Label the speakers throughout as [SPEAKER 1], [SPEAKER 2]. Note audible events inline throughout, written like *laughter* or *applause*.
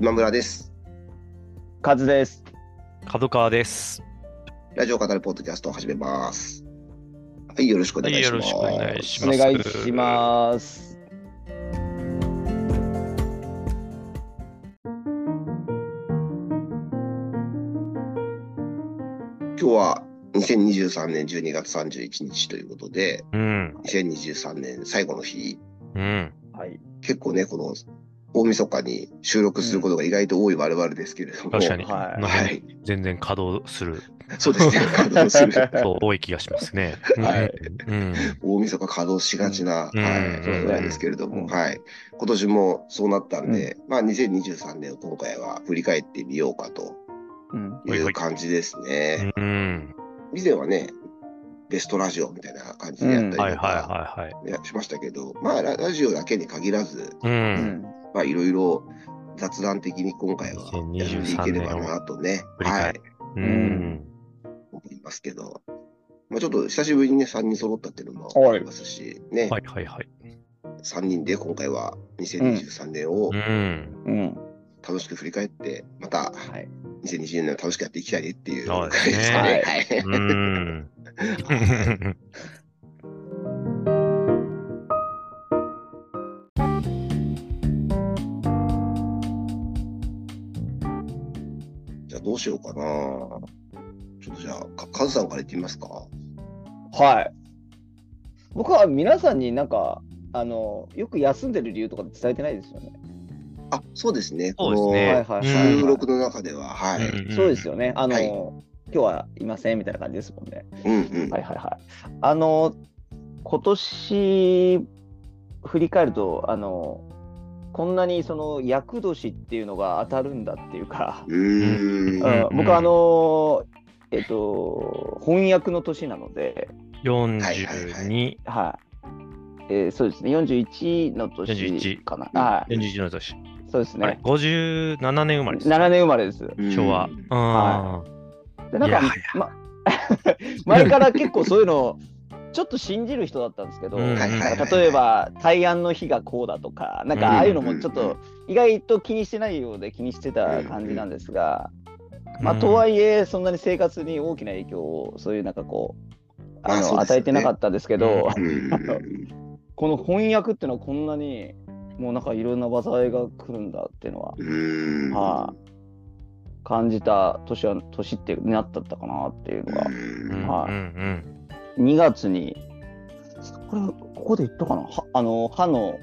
[SPEAKER 1] 今村です。
[SPEAKER 2] カズです。
[SPEAKER 3] 角川です。
[SPEAKER 1] ラジオ語るポッドキャストを始めます。はい、よろしくお願いします。
[SPEAKER 3] はいよろしくお願いし
[SPEAKER 2] お
[SPEAKER 3] ま
[SPEAKER 2] 願
[SPEAKER 3] す
[SPEAKER 2] いします。
[SPEAKER 1] 今日は2023年12月31日ということで、
[SPEAKER 3] うん。
[SPEAKER 1] 2023年最後の日、
[SPEAKER 3] うん。
[SPEAKER 2] はい。
[SPEAKER 1] 結構ね、この大晦日に収録することが意外と多い我々ですけれども、
[SPEAKER 3] 確かに。
[SPEAKER 2] はい
[SPEAKER 3] なんか
[SPEAKER 1] はい、
[SPEAKER 3] 全然稼働する。
[SPEAKER 1] そう
[SPEAKER 3] *laughs*
[SPEAKER 1] ですね、稼働する、
[SPEAKER 3] そう、多い気がしますね。
[SPEAKER 2] *laughs* はい
[SPEAKER 3] うん。
[SPEAKER 1] 大晦日稼働しがちな、
[SPEAKER 3] うん
[SPEAKER 1] はい
[SPEAKER 3] うん
[SPEAKER 1] そうなんですけれども、
[SPEAKER 2] うん
[SPEAKER 1] はい、今年もそうなったんで、まあ、2023年を今回は振り返ってみようかと
[SPEAKER 2] うん。
[SPEAKER 1] い
[SPEAKER 3] ほいほ
[SPEAKER 1] う
[SPEAKER 3] い
[SPEAKER 1] 感じですね。
[SPEAKER 3] うん。うん
[SPEAKER 1] 以前はね、ベストラジオみたいな感じでやったりと
[SPEAKER 3] はいはい
[SPEAKER 1] か、
[SPEAKER 3] はいはい。
[SPEAKER 1] ねしましたけど、まあララジオだけに限らず、
[SPEAKER 2] う
[SPEAKER 3] う。
[SPEAKER 2] んん。
[SPEAKER 1] まあいろいろ雑談的に今回はやっていければなとね、
[SPEAKER 3] 2023年を
[SPEAKER 1] はい、
[SPEAKER 3] うんん。
[SPEAKER 1] 思いますけど、まあちょっと久しぶりにね、3人揃ったっていうのも
[SPEAKER 2] はい
[SPEAKER 1] ありますし、ね、
[SPEAKER 3] はいはいはい。
[SPEAKER 1] 3人で今回は2023年を
[SPEAKER 3] うん。
[SPEAKER 2] うん。
[SPEAKER 1] 楽しく振り返って、また
[SPEAKER 2] はい。
[SPEAKER 1] 2020年を楽しくやっていきたいねっていう
[SPEAKER 3] そう
[SPEAKER 1] 感
[SPEAKER 3] で
[SPEAKER 1] じ
[SPEAKER 3] すね
[SPEAKER 1] ですかね。はい。
[SPEAKER 2] *laughs*
[SPEAKER 3] うん。
[SPEAKER 1] じゃあどうしようかな。ちょっとじゃあ、かカズさんから言ってみますか。
[SPEAKER 2] はい。僕は皆さんになんか、あの、よく休んでる理由とか伝えてないですよね。
[SPEAKER 1] あ、そうですね。
[SPEAKER 3] そうです
[SPEAKER 1] この
[SPEAKER 3] ね。
[SPEAKER 2] はいはいはい
[SPEAKER 1] 収録の中では、はい。うん
[SPEAKER 3] ん
[SPEAKER 2] そうです。よね。あの、
[SPEAKER 1] はい
[SPEAKER 2] 今日はいませんみたいな感じですもんね。
[SPEAKER 1] うん。
[SPEAKER 2] はいはいはい。あの、今年振り返ると、あの、こんなにその厄年っていうのが当たるんだっていうか、
[SPEAKER 1] うーん。
[SPEAKER 2] う
[SPEAKER 1] は
[SPEAKER 2] ん
[SPEAKER 3] うん
[SPEAKER 2] 僕はあの、えっと、翻訳の年なので、
[SPEAKER 1] はいはいは
[SPEAKER 3] 42、
[SPEAKER 2] はい。えー、そうですね、41の年
[SPEAKER 3] 41
[SPEAKER 2] かな。はい、
[SPEAKER 3] 41の年。
[SPEAKER 2] そうです
[SPEAKER 3] あれ
[SPEAKER 2] ね。
[SPEAKER 3] 57年生まれです。
[SPEAKER 2] 7年生まれです。
[SPEAKER 1] い
[SPEAKER 3] 昭和。あ
[SPEAKER 2] でなんか
[SPEAKER 3] いや
[SPEAKER 2] ま、前から結構そういうのをちょっと信じる人だったんですけど、
[SPEAKER 3] う
[SPEAKER 2] な
[SPEAKER 3] ん
[SPEAKER 2] ん
[SPEAKER 1] はいはいは
[SPEAKER 2] か
[SPEAKER 1] い
[SPEAKER 2] 例えば対案の日がこうだとか、なんかああいうのもちょっ
[SPEAKER 1] うんうん
[SPEAKER 2] と意外と気にしてないようで気にしてた感じなんですが、
[SPEAKER 3] うん
[SPEAKER 2] まあ、とはいえそんなに生活に大きな影響をそういうなんかこう
[SPEAKER 1] ま
[SPEAKER 2] あ
[SPEAKER 1] あそう
[SPEAKER 2] の
[SPEAKER 1] ですよね
[SPEAKER 2] 与えてなかったんですけど、
[SPEAKER 3] う
[SPEAKER 1] うん
[SPEAKER 2] この翻訳っていうのはこんなにもうなんかいろんな技いが来るんだっていうのは
[SPEAKER 1] うん。
[SPEAKER 2] *laughs* は感じた年は年ってなったったかなっていうのが
[SPEAKER 3] あ。うん
[SPEAKER 1] い。
[SPEAKER 2] はい
[SPEAKER 3] うん
[SPEAKER 2] 2月にこれここで言ったかなはあの歯の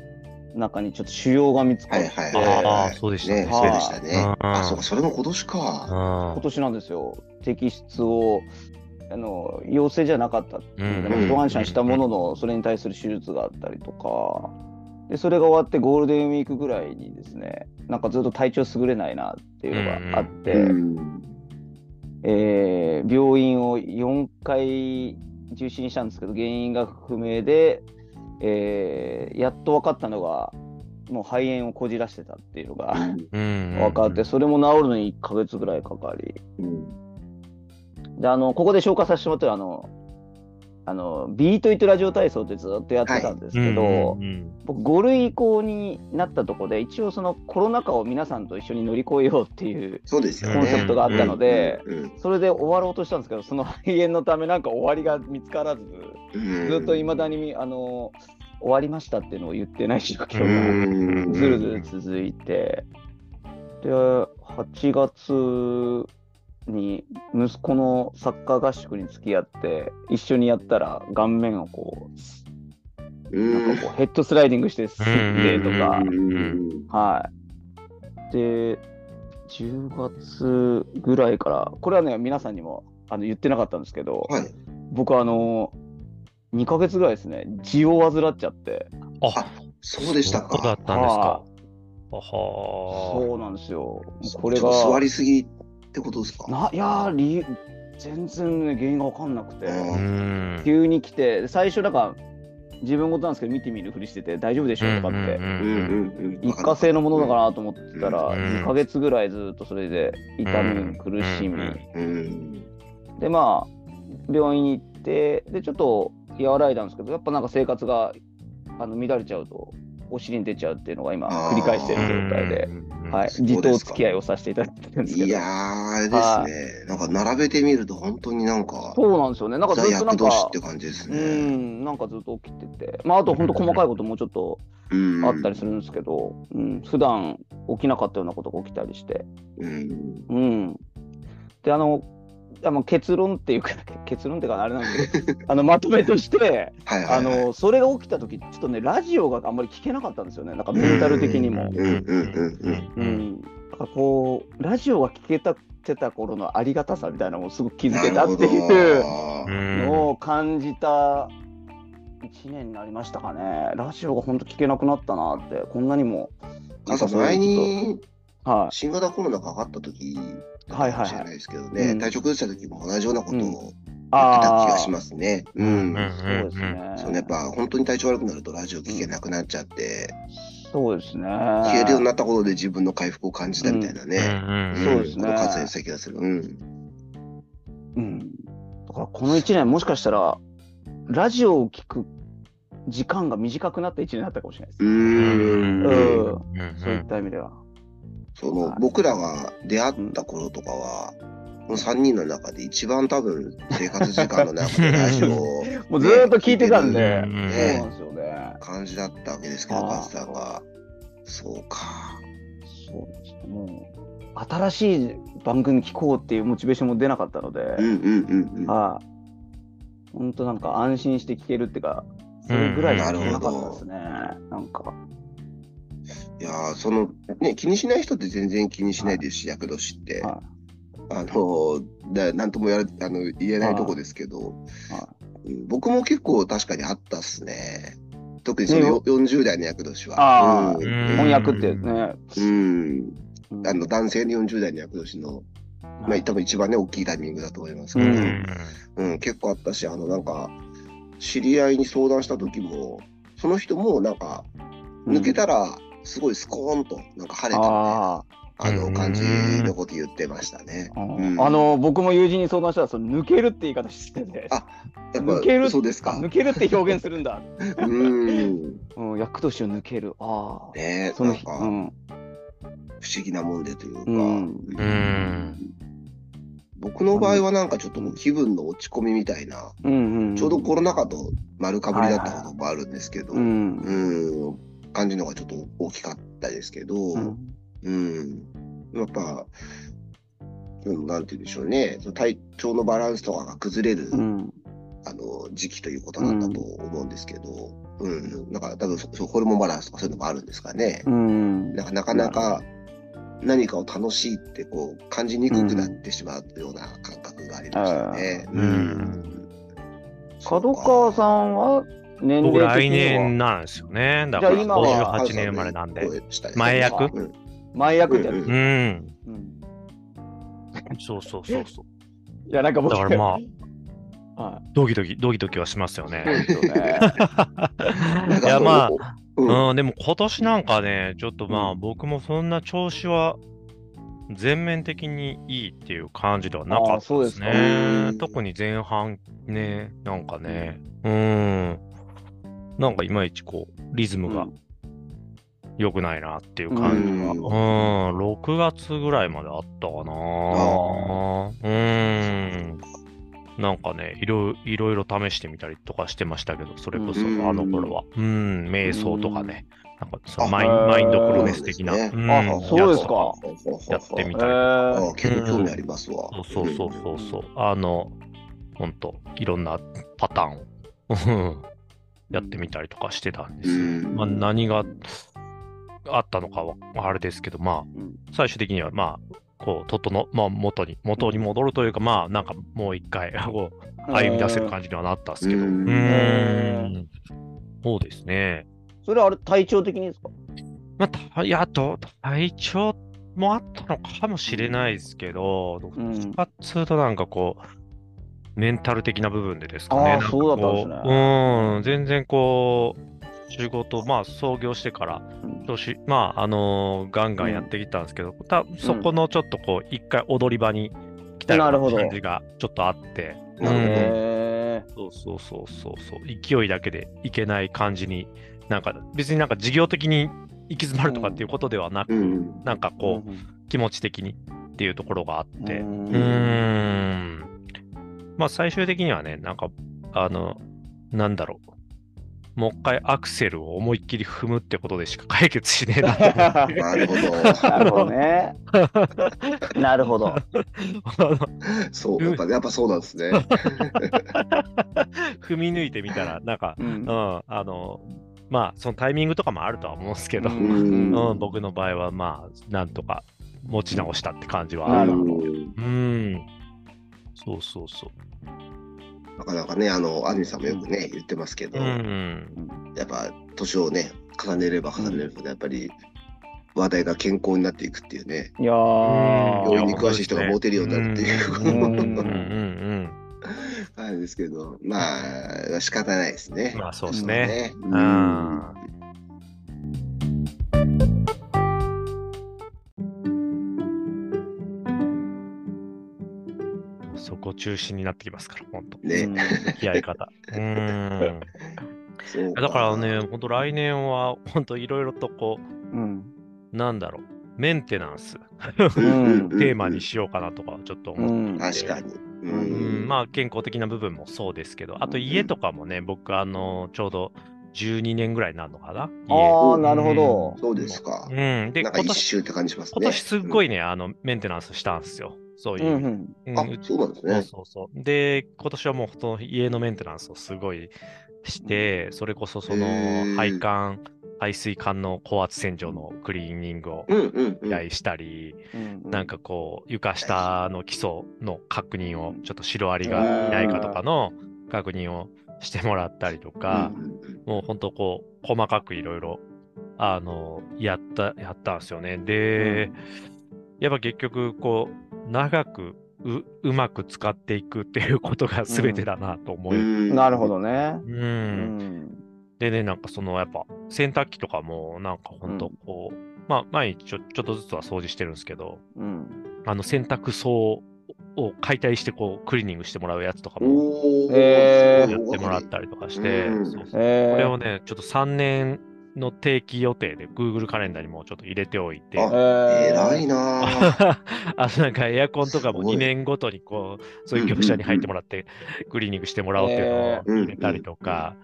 [SPEAKER 2] 中にちょっと腫瘍が見つかっ
[SPEAKER 1] はい
[SPEAKER 2] て、
[SPEAKER 1] はい
[SPEAKER 3] うん。
[SPEAKER 1] はい
[SPEAKER 3] ああ、そうでした
[SPEAKER 1] ね、
[SPEAKER 3] ね。
[SPEAKER 1] そうでしたね。
[SPEAKER 3] うん
[SPEAKER 1] あ、そうか、それも今年か。
[SPEAKER 3] あ
[SPEAKER 2] 今年なんですよ摘出をあの陽性じゃなかったっていうの
[SPEAKER 1] うん
[SPEAKER 2] でご安心したもののそれに対する手術があったりとかでそれが終わってゴールデンウィークぐらいにですねなんかずっと体調優れないなっていうのがあって。
[SPEAKER 1] うん。
[SPEAKER 2] えー病院を4回受診したんですけど原因が不明で、えーやっと分かったのがもう肺炎をこじらしてたっていうのが分
[SPEAKER 3] 分
[SPEAKER 2] かってそれも治るのに1ヶ月ぐらいかかり
[SPEAKER 1] うん
[SPEAKER 2] であのここで紹介させてもらってるあのあのビートイットラジオ体操ってずっとやってたんですけど、僕5類移行になったとこで一応そのコロナ禍を皆さんと一緒に乗り越えようっていう
[SPEAKER 1] そうですよね。
[SPEAKER 2] コンセプトがあったので。
[SPEAKER 1] うん。うん
[SPEAKER 2] それで終わろうとしたんですけどその肺炎のためなんか終わりが見つからず
[SPEAKER 1] うん
[SPEAKER 2] ずっといまだにあの終わりましたっていうのを言ってない状
[SPEAKER 1] う
[SPEAKER 2] 況
[SPEAKER 1] ん
[SPEAKER 2] がずるずる続いてで8月に息子のサッカー合宿に付き合って一緒にやったら顔面をこ
[SPEAKER 1] う
[SPEAKER 2] うなんんかこうヘッドスライディングして吸ってとか
[SPEAKER 1] う。ん
[SPEAKER 2] はい。で、10月ぐらいから、これはね、皆さんにもあの言ってなかったんですけど、
[SPEAKER 1] はい。
[SPEAKER 2] 僕、あの、2ヶ月ぐらいですね、痔を患っちゃって。
[SPEAKER 3] あ、
[SPEAKER 1] そうでした
[SPEAKER 3] そうだ
[SPEAKER 1] か。
[SPEAKER 3] ったんで
[SPEAKER 2] は。
[SPEAKER 3] すかあは
[SPEAKER 2] あ
[SPEAKER 3] ー
[SPEAKER 2] そうなんですよ。もうこれ
[SPEAKER 1] ちょっと座
[SPEAKER 2] が、
[SPEAKER 1] りすぎってことですか。
[SPEAKER 2] ないやー理由、全然ね、原因が分かんなくて、
[SPEAKER 1] うん
[SPEAKER 3] うん
[SPEAKER 2] 急に来て、最初、なんか、自分事なんですけど、見てみるふりしてて、大丈夫でしょとかって、
[SPEAKER 3] うん
[SPEAKER 1] う
[SPEAKER 3] うんんうん
[SPEAKER 1] うんうん。
[SPEAKER 2] 一過性のものだかなと思ってたら、
[SPEAKER 3] うん
[SPEAKER 2] 2ヶ月ぐらいずっとそれで痛み、
[SPEAKER 3] うん
[SPEAKER 2] 苦しみ、
[SPEAKER 3] うん。
[SPEAKER 1] うん。
[SPEAKER 2] でまあ病院に行ってでちょっと和らいだんですけどやっぱなんか生活があの乱れちゃうとお尻に出ちゃうっていうのが今、繰り返してる状態で、はいい、
[SPEAKER 1] そうです
[SPEAKER 2] 自
[SPEAKER 1] か
[SPEAKER 2] 頭付き合いをさせていただいてるんですけど。
[SPEAKER 1] いやー、あれですね。なんか並べてみると本当になんか、
[SPEAKER 2] そうなんですよね。なんか
[SPEAKER 1] ザ
[SPEAKER 2] ずっとなん
[SPEAKER 1] 厄
[SPEAKER 2] か、
[SPEAKER 1] 年って感じです
[SPEAKER 2] う
[SPEAKER 1] ね。
[SPEAKER 2] ん、なんかずっと起きてて、まあ、あと本当細かいこともうちょっと
[SPEAKER 1] うん
[SPEAKER 2] あったりするんですけど、うん、普段起きなかったようなことが起きたりして、
[SPEAKER 1] うん。
[SPEAKER 2] うん。で、あの、あの結論っていうか、 *laughs* 結論っていうか、あれなん
[SPEAKER 1] *laughs*
[SPEAKER 2] ですけど、あのまとめとして、
[SPEAKER 1] はいはい。
[SPEAKER 2] あ、のそれが起きたとき、ちょっとね、ラジオがあんまり聞けなかったんですよね、なんかメンタル的にも。
[SPEAKER 1] うんうんうん
[SPEAKER 2] うんだからこう、ラジオが聞けたてた頃のありがたさみたいなのをすごく気づけたっていう。のを感じた1年になりましたかね。ラジオが本当聞けなくなったなって、こんなにも。
[SPEAKER 1] なんか
[SPEAKER 2] そういう
[SPEAKER 1] 前に
[SPEAKER 2] こと。は
[SPEAKER 1] 新型コロナかかった時だ
[SPEAKER 2] はい
[SPEAKER 1] っ
[SPEAKER 2] は
[SPEAKER 1] たかも
[SPEAKER 2] いはい
[SPEAKER 1] しれないですけど
[SPEAKER 2] う
[SPEAKER 1] ね、
[SPEAKER 2] ん
[SPEAKER 1] 体調崩した時も同じようなことを
[SPEAKER 2] うん
[SPEAKER 1] 言って
[SPEAKER 2] い。
[SPEAKER 1] た気が
[SPEAKER 2] ー
[SPEAKER 1] しますね。
[SPEAKER 2] う
[SPEAKER 1] うんん。
[SPEAKER 2] そうですね。
[SPEAKER 1] そうねやっぱ本当に体調悪くなるとラジオ聞けなくなっちゃって、
[SPEAKER 2] そうですね。
[SPEAKER 1] 消えるようになったことで自分の回復を感じたみたいなね。
[SPEAKER 2] うんそうですね
[SPEAKER 1] この活躍した気がする。うん。
[SPEAKER 2] うん。だからこの1年、もしかしたら、ラジオを聞く時間が短くなった1年だったかもしれないです。
[SPEAKER 1] うーん。
[SPEAKER 2] そういった意味では。
[SPEAKER 1] その、
[SPEAKER 2] はい
[SPEAKER 1] 僕らが出会った頃とかは、この3人の中で一番多分生活時間の *laughs* 中でラジオを
[SPEAKER 2] もうずーっと聞いてたんで、
[SPEAKER 3] う
[SPEAKER 2] そ
[SPEAKER 3] ん
[SPEAKER 2] うなんですよね。
[SPEAKER 1] 感じだったわけですけど、
[SPEAKER 2] あー
[SPEAKER 1] カズさんが。そうか。
[SPEAKER 2] そうですね。もう、新しい番組聞こうっていうモチベーションも出なかったので、
[SPEAKER 1] うんうんうんうん。
[SPEAKER 2] はい。本当なんか安心して聞けるっていうか、それぐらいしか聞けなかったですね。なんか。
[SPEAKER 1] いやーその、ね、気にしない人って全然気にしないですし、厄年って。
[SPEAKER 2] は
[SPEAKER 1] あの、だなんともやらあの言えないとこですけど、
[SPEAKER 2] は
[SPEAKER 1] うん僕も結構確かにあったっすね。特にその
[SPEAKER 2] ね
[SPEAKER 1] よ40代の厄年
[SPEAKER 2] あ
[SPEAKER 1] は。
[SPEAKER 2] ー
[SPEAKER 1] うん
[SPEAKER 2] 翻訳ってね、
[SPEAKER 1] うん。
[SPEAKER 2] うん
[SPEAKER 1] あの男性の40代の役年の、まあ、多分一番ね、大きいタイミングだと思いますけど、
[SPEAKER 2] う
[SPEAKER 1] うんん結構あったし、あのなんか、知り合いに相談した時も、その人もなんか、抜けたら、すごいスコーンと、なんか晴れた、
[SPEAKER 2] あ
[SPEAKER 1] あ
[SPEAKER 3] う
[SPEAKER 1] の
[SPEAKER 3] ん
[SPEAKER 1] 感じのこと言ってましたね。
[SPEAKER 2] あ、
[SPEAKER 1] うん
[SPEAKER 2] あ、の僕も友人に相談したらその抜けるって言い方してて
[SPEAKER 1] あやっぱ
[SPEAKER 2] 抜ける
[SPEAKER 1] そうですか
[SPEAKER 2] 抜。けるって表現するんだ、
[SPEAKER 1] うん。
[SPEAKER 2] うん、役年を抜けるああ、
[SPEAKER 1] ね
[SPEAKER 2] *laughs* そ
[SPEAKER 1] な
[SPEAKER 2] の
[SPEAKER 1] ん
[SPEAKER 2] 日、
[SPEAKER 1] か、
[SPEAKER 2] う
[SPEAKER 1] 不
[SPEAKER 2] ん、
[SPEAKER 1] 思議なもんでというか、
[SPEAKER 2] うん
[SPEAKER 3] うん
[SPEAKER 1] 僕の場合はなんかちょっともう気分の落ち込みみたいな、
[SPEAKER 2] うんうん
[SPEAKER 1] ちょうどコロナ禍と丸かぶりだったこともあるんですけど、
[SPEAKER 2] うん
[SPEAKER 1] うん、感じのがちょっと大きかったですけど、
[SPEAKER 2] う
[SPEAKER 1] うん
[SPEAKER 2] ん
[SPEAKER 1] やっぱ、うん、なんて言うんでしょうね、その体調のバランスとかが崩れる、
[SPEAKER 2] うん
[SPEAKER 1] あの時期ということなんだと思うんですけど、うん、なんか多分そそうホルモンバランスとかそういうのもあるんですかね。
[SPEAKER 2] うん
[SPEAKER 1] なんかなかなか何かを楽しいってこう感じにくくなってしまうような感覚がありましたね。
[SPEAKER 3] うん
[SPEAKER 2] 角川さんは年
[SPEAKER 3] 僕
[SPEAKER 2] 齢
[SPEAKER 3] 来
[SPEAKER 2] 的
[SPEAKER 3] 年
[SPEAKER 2] には
[SPEAKER 3] なんですよね。だから
[SPEAKER 2] じゃあ今は
[SPEAKER 3] 58年生まれなんで。。前
[SPEAKER 1] 前
[SPEAKER 3] 役
[SPEAKER 1] うん
[SPEAKER 2] 前役ってやつ、
[SPEAKER 1] うんうん
[SPEAKER 3] うん。
[SPEAKER 2] うん
[SPEAKER 3] そうそうそうそう。
[SPEAKER 2] いやなんか僕
[SPEAKER 3] だからま
[SPEAKER 2] あ、は
[SPEAKER 3] ドキドキ、ドキドキはしますよ
[SPEAKER 2] い、
[SPEAKER 3] ね
[SPEAKER 2] そう。ですよね
[SPEAKER 1] なん
[SPEAKER 3] *laughs* い
[SPEAKER 1] か
[SPEAKER 3] や、まあ、
[SPEAKER 1] あ、うん
[SPEAKER 3] うん、でも今年なんかね、ちょっとまあ、
[SPEAKER 2] うん
[SPEAKER 3] 僕もそんな調子は全面的にいいっていう感じではな
[SPEAKER 2] あ
[SPEAKER 3] か
[SPEAKER 2] あ
[SPEAKER 3] った
[SPEAKER 2] そう
[SPEAKER 3] で
[SPEAKER 2] ですすか
[SPEAKER 3] ね
[SPEAKER 1] う。ん
[SPEAKER 3] 特に前半ね、なんかね、うん、なんかいまいちこう、リズムが良くないなっていう感じが、
[SPEAKER 1] う
[SPEAKER 3] うんん、6月ぐらいまであったかな。うん。なんかねいろ、いろいろ試してみたりとかしてましたけど、それこそ
[SPEAKER 1] うん
[SPEAKER 3] あの頃は。うん、瞑想とかね、なんかその
[SPEAKER 1] あ
[SPEAKER 3] マイン
[SPEAKER 2] へー
[SPEAKER 3] マインドフルネス的な。
[SPEAKER 1] そうですね
[SPEAKER 3] ん
[SPEAKER 2] あそうですか
[SPEAKER 3] やってみ
[SPEAKER 2] え
[SPEAKER 3] たい
[SPEAKER 2] ー
[SPEAKER 1] あ結構興味ありますわ。
[SPEAKER 3] やつそうそうそうそうそう。あの、ほんと、いろんなパターンを *laughs* うんやってみたりとかしてたんですよ。
[SPEAKER 1] うん
[SPEAKER 3] まあ、何があったのかはあれですけど、まあ
[SPEAKER 2] うん、
[SPEAKER 3] 最終的には、まあ、こう、整の、まあ、元に、元に戻るというか、まあ、なんかもう一回、こう、歩み出せる感じにはなったんですけど。
[SPEAKER 1] う
[SPEAKER 3] うんーん。そうですね。
[SPEAKER 2] それはあれ体調的にですか
[SPEAKER 3] まあた、いや、ど体調もあったのかもしれないですけど、どっ
[SPEAKER 2] うん
[SPEAKER 3] ちかっつうとなんかこう、メンタル的な部分でですかね。
[SPEAKER 2] あー
[SPEAKER 3] なんかこ
[SPEAKER 2] そうだったんですね
[SPEAKER 3] うん、全然こう、仕事、まあ創業してから、
[SPEAKER 2] うん
[SPEAKER 3] 調子、まあ、あのーガンガンやってきたんですけど、たそこのちょっとこう、一回踊り場に来たよ
[SPEAKER 2] なる
[SPEAKER 3] う
[SPEAKER 2] ほど
[SPEAKER 3] な感じがちょっとあって、
[SPEAKER 1] なるほど
[SPEAKER 2] へー
[SPEAKER 3] そうそうそうそうそう、勢いだけでいけない感じになんか別になんか事業的に行き詰まるとかっていうことではなく、
[SPEAKER 1] うん。
[SPEAKER 3] なんかこ
[SPEAKER 2] う
[SPEAKER 3] う気持ち的にっていうところがあって、うんーん、まあ最終的にはね、なんかあのなんだろう。もう一回アクセルを思いっきり踏むってことでしか解決しねえなと思って
[SPEAKER 1] なるほ
[SPEAKER 3] *laughs*
[SPEAKER 1] ど。
[SPEAKER 2] なるほどね。なるほど。
[SPEAKER 3] *laughs*
[SPEAKER 1] そう、やっぱ、やっぱそうなんですね。
[SPEAKER 3] 踏み抜いてみたら、なんか、
[SPEAKER 2] う
[SPEAKER 3] うんん、あの、まあ、そのタイミングとかもあるとは思うんですけど、
[SPEAKER 2] う
[SPEAKER 3] うんん、
[SPEAKER 1] うん
[SPEAKER 3] 僕の場合は、まあ、なんとか持ち直したって感じは
[SPEAKER 2] な
[SPEAKER 3] あ
[SPEAKER 2] る
[SPEAKER 3] る。
[SPEAKER 2] ほ
[SPEAKER 1] う
[SPEAKER 2] ど
[SPEAKER 1] ん
[SPEAKER 3] うん。そうそうそう。
[SPEAKER 1] なかなかね、あの、安住さんもよくね、言ってますけど、
[SPEAKER 3] うん。
[SPEAKER 1] やっぱ年をね、重ねれば重ねるほど、やっぱり話題が健康になっていくっていうね、
[SPEAKER 2] いやー
[SPEAKER 3] うん
[SPEAKER 1] 病院に詳しい人がモテるようになるって
[SPEAKER 2] うん
[SPEAKER 1] いう
[SPEAKER 3] うんうん
[SPEAKER 2] う
[SPEAKER 3] う
[SPEAKER 2] ん
[SPEAKER 3] ん。
[SPEAKER 1] あれですけど、まあ、仕方ないですね。
[SPEAKER 3] まあ、そうですね。
[SPEAKER 1] そう
[SPEAKER 3] う
[SPEAKER 1] ね。
[SPEAKER 3] ん。そこ中心になってきますから、本当。
[SPEAKER 1] ね、
[SPEAKER 3] 付き合い方。
[SPEAKER 1] *laughs*
[SPEAKER 3] うん。
[SPEAKER 1] そう
[SPEAKER 3] だからね、本当来年は、本当いろいろとこ
[SPEAKER 2] うん
[SPEAKER 3] う、なんだろう、メンテナンス、テーマにしようかなとか、ちょっと
[SPEAKER 2] う
[SPEAKER 3] 思っ
[SPEAKER 2] ん
[SPEAKER 1] うん確かに。う
[SPEAKER 3] て、うん
[SPEAKER 1] ん。
[SPEAKER 3] まあ、健康的な部分もそうですけど、あと
[SPEAKER 2] うん
[SPEAKER 3] 家とかもね、僕、あの、ちょうど12年ぐらいになるのかな、
[SPEAKER 2] ああ、なるほど。
[SPEAKER 1] そうですか。
[SPEAKER 3] 家。うん。で、
[SPEAKER 1] なん
[SPEAKER 3] 今
[SPEAKER 1] か一
[SPEAKER 3] 年、
[SPEAKER 1] 周って感じしますね。
[SPEAKER 3] 今年すっご
[SPEAKER 1] い。
[SPEAKER 3] いね、あの、メンテナンスしたんですよ。そういうう
[SPEAKER 2] ん
[SPEAKER 3] 意味
[SPEAKER 2] うん
[SPEAKER 3] で。うん
[SPEAKER 1] あ
[SPEAKER 3] う、
[SPEAKER 1] そうなんです
[SPEAKER 3] そう
[SPEAKER 1] ね。
[SPEAKER 3] そうそう。で、今年はもうほとんど家のメンテナンスをすごいして、それこそその
[SPEAKER 1] へー
[SPEAKER 3] 配管、排水管の高圧洗浄のクリーニングを
[SPEAKER 1] うんうんう
[SPEAKER 3] 依
[SPEAKER 1] ん。
[SPEAKER 3] 頼したり、
[SPEAKER 2] うん
[SPEAKER 3] なんかこう床下の基礎の確認を、ちょっとシロアリがいないかとかの確認をしてもらったりとか、もうほんとこう細かくいろいろあのやったやったんですよね。で、やっぱ結局こう長くううまく使っていくっていうことが全てだなと思
[SPEAKER 1] う
[SPEAKER 3] い、
[SPEAKER 1] ん
[SPEAKER 2] なるほ。どね。
[SPEAKER 3] うん
[SPEAKER 2] うん
[SPEAKER 3] でねなんかそのやっぱ洗濯機とかもなんかほんとこう、まあ毎日ちょちょっとずつは掃除してるんですけど
[SPEAKER 2] うん
[SPEAKER 3] あの洗濯槽を解体してこうクリーニングしてもらうやつとかも
[SPEAKER 1] おお。
[SPEAKER 2] へー
[SPEAKER 1] す
[SPEAKER 3] やっ
[SPEAKER 1] ごい
[SPEAKER 3] てもらったりとかして、
[SPEAKER 1] うん
[SPEAKER 3] そうそう
[SPEAKER 2] えー
[SPEAKER 3] これをね、ちょっと3年の定期予定で Google カレンダーにもちょっと入れておいて、
[SPEAKER 1] あ
[SPEAKER 2] え
[SPEAKER 1] 偉
[SPEAKER 2] ー
[SPEAKER 1] い
[SPEAKER 2] *laughs*
[SPEAKER 1] なぁ。
[SPEAKER 3] *laughs* あのなんかエアコンとかも
[SPEAKER 1] すごい
[SPEAKER 3] 2年ごとにこう、そういう業者に入ってもらって、クリーニングしてもらおうっていうのを入れたりとか、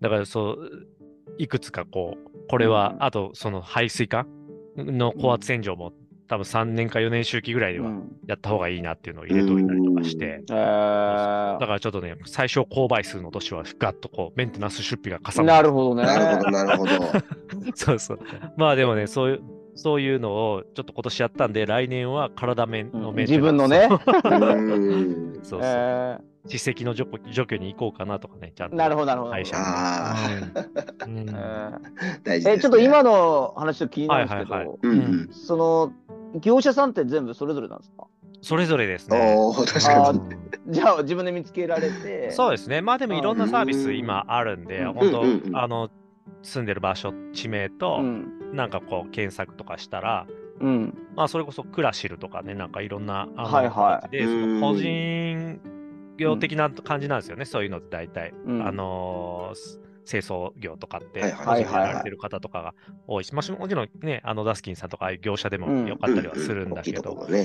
[SPEAKER 3] だからそう、いくつかこう、これは、あとその排水管の高圧洗浄も、多分3年か4年周期ぐらいで
[SPEAKER 2] う
[SPEAKER 3] は
[SPEAKER 2] ん
[SPEAKER 3] やった方がいいなっていうのを入れておいたりとかして、
[SPEAKER 2] え
[SPEAKER 3] だ
[SPEAKER 2] ー
[SPEAKER 3] からちょっとね、最小購買数の年はガッとこうメンテナンス出費がかさ
[SPEAKER 2] な
[SPEAKER 3] まる。
[SPEAKER 2] るほどね。
[SPEAKER 1] なるほど、なるほど。
[SPEAKER 3] *laughs* そうそう。まあでもね、そういう、そういうのをちょっと今年やったんで、来年は体面
[SPEAKER 2] う
[SPEAKER 3] の
[SPEAKER 2] ん
[SPEAKER 3] メンテナンス。
[SPEAKER 2] 自分のね。
[SPEAKER 1] うん。
[SPEAKER 3] そうそう。
[SPEAKER 2] え
[SPEAKER 3] 歯石の除去除去に行こうかなとかね、ちゃん
[SPEAKER 2] ー
[SPEAKER 3] と。
[SPEAKER 2] なるほど、なるほど。
[SPEAKER 3] 会社
[SPEAKER 1] あ
[SPEAKER 3] にね。うん
[SPEAKER 2] えー
[SPEAKER 1] 大事です、ね。
[SPEAKER 2] えちょっと今の話を気になるんですけど、
[SPEAKER 3] はいはい
[SPEAKER 1] うんうん。
[SPEAKER 2] その業者さんって全部それぞれなんですか
[SPEAKER 3] それぞれですね。
[SPEAKER 1] おお、確
[SPEAKER 2] あ
[SPEAKER 1] かに。
[SPEAKER 2] ーじゃあ自分で見つけられて
[SPEAKER 3] そう
[SPEAKER 2] う
[SPEAKER 3] ですね。まあでもいろんなサービス今あるんで、
[SPEAKER 2] うん
[SPEAKER 3] 本当、
[SPEAKER 1] うんうんうん
[SPEAKER 3] あの、住んでる場所、地名と、
[SPEAKER 2] ん
[SPEAKER 3] なんかこう検索とかしたら、
[SPEAKER 2] うん
[SPEAKER 3] まあ、それこそクラシルとかね、なんかいろんな、あの
[SPEAKER 2] はいはい
[SPEAKER 3] 形で、そ
[SPEAKER 1] うん
[SPEAKER 3] の個人業的な感じなんですよね、そういうのって大体。
[SPEAKER 2] うん
[SPEAKER 3] あのーす清掃業とかって、
[SPEAKER 1] はい
[SPEAKER 3] 個
[SPEAKER 1] はい
[SPEAKER 3] 人でやられてる方とかが多いし、まあ、もちろんね、あのダスキンさんとか、ああいう業者で
[SPEAKER 2] うん
[SPEAKER 3] もよかったりはするんだけ
[SPEAKER 1] う
[SPEAKER 3] ど、
[SPEAKER 1] う大きいところね。は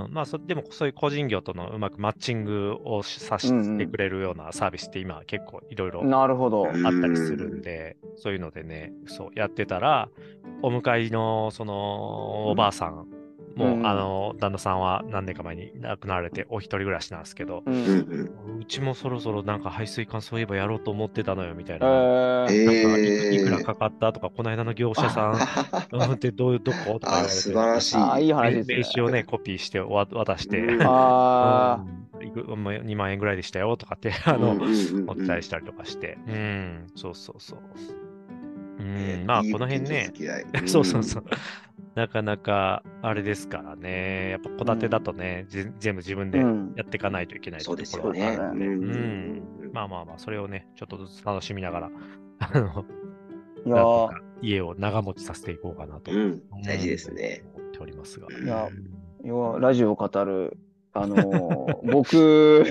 [SPEAKER 1] い。
[SPEAKER 3] うんまあ、そでもそういう個人業とのうまくマッチングをしさせ
[SPEAKER 2] うんうん
[SPEAKER 3] てくれるようなサービスって今、結構いろいろ
[SPEAKER 2] なるほど、
[SPEAKER 1] うん
[SPEAKER 3] あったりするんで、そういうのでね、そうやってたら、お迎えのそのおばあさん、もう、
[SPEAKER 2] うん
[SPEAKER 3] あの旦那さんは何年か前に亡くなられて、お一人暮らしなんですけど、
[SPEAKER 1] う
[SPEAKER 2] う
[SPEAKER 1] ん
[SPEAKER 2] ん
[SPEAKER 1] うん。
[SPEAKER 3] うちもそろそろなんか排水管そういえばやろうと思ってたのよみたい
[SPEAKER 2] え
[SPEAKER 3] な。
[SPEAKER 2] ー
[SPEAKER 1] えー
[SPEAKER 3] なんかいくいくらかかったとか、この間の業者さん、うんってどうどことか言われ
[SPEAKER 1] あ、
[SPEAKER 3] て
[SPEAKER 1] 素晴らしい。
[SPEAKER 2] あーいい話
[SPEAKER 3] 名
[SPEAKER 2] ですね
[SPEAKER 3] 名刺をね、コピーしてわ渡して、
[SPEAKER 1] うん
[SPEAKER 3] うん
[SPEAKER 2] あー
[SPEAKER 3] いくもう2万円ぐらいでしたよとかって、あの、
[SPEAKER 1] うんうんうんうん
[SPEAKER 3] お伝えしたりとかして、うん、そうそうそう。う
[SPEAKER 1] えー
[SPEAKER 3] ん、まあ、
[SPEAKER 1] いい
[SPEAKER 3] この辺
[SPEAKER 1] お
[SPEAKER 3] ね、
[SPEAKER 1] 気遣
[SPEAKER 3] *laughs*
[SPEAKER 1] い
[SPEAKER 3] そうそうそう。なかなか、あれですからね、やっぱ戸建てだとね、ぜ全部自分で
[SPEAKER 2] う
[SPEAKER 3] や
[SPEAKER 2] ん
[SPEAKER 3] っていかないといけないって
[SPEAKER 1] そうです
[SPEAKER 3] と
[SPEAKER 1] よ
[SPEAKER 3] ころがあ
[SPEAKER 1] ね。
[SPEAKER 3] るんで、
[SPEAKER 1] うん
[SPEAKER 3] うんまあまあまあ、それをね、ちょっとずつ楽しみながら、 *laughs* あの、
[SPEAKER 2] いや
[SPEAKER 3] なんと
[SPEAKER 2] ー
[SPEAKER 3] か家を長持ちさせていこうかなと
[SPEAKER 1] うん、大事ですね。
[SPEAKER 3] 思っておりますが。
[SPEAKER 1] い
[SPEAKER 2] やいやラジオを語るあのー *laughs* 僕、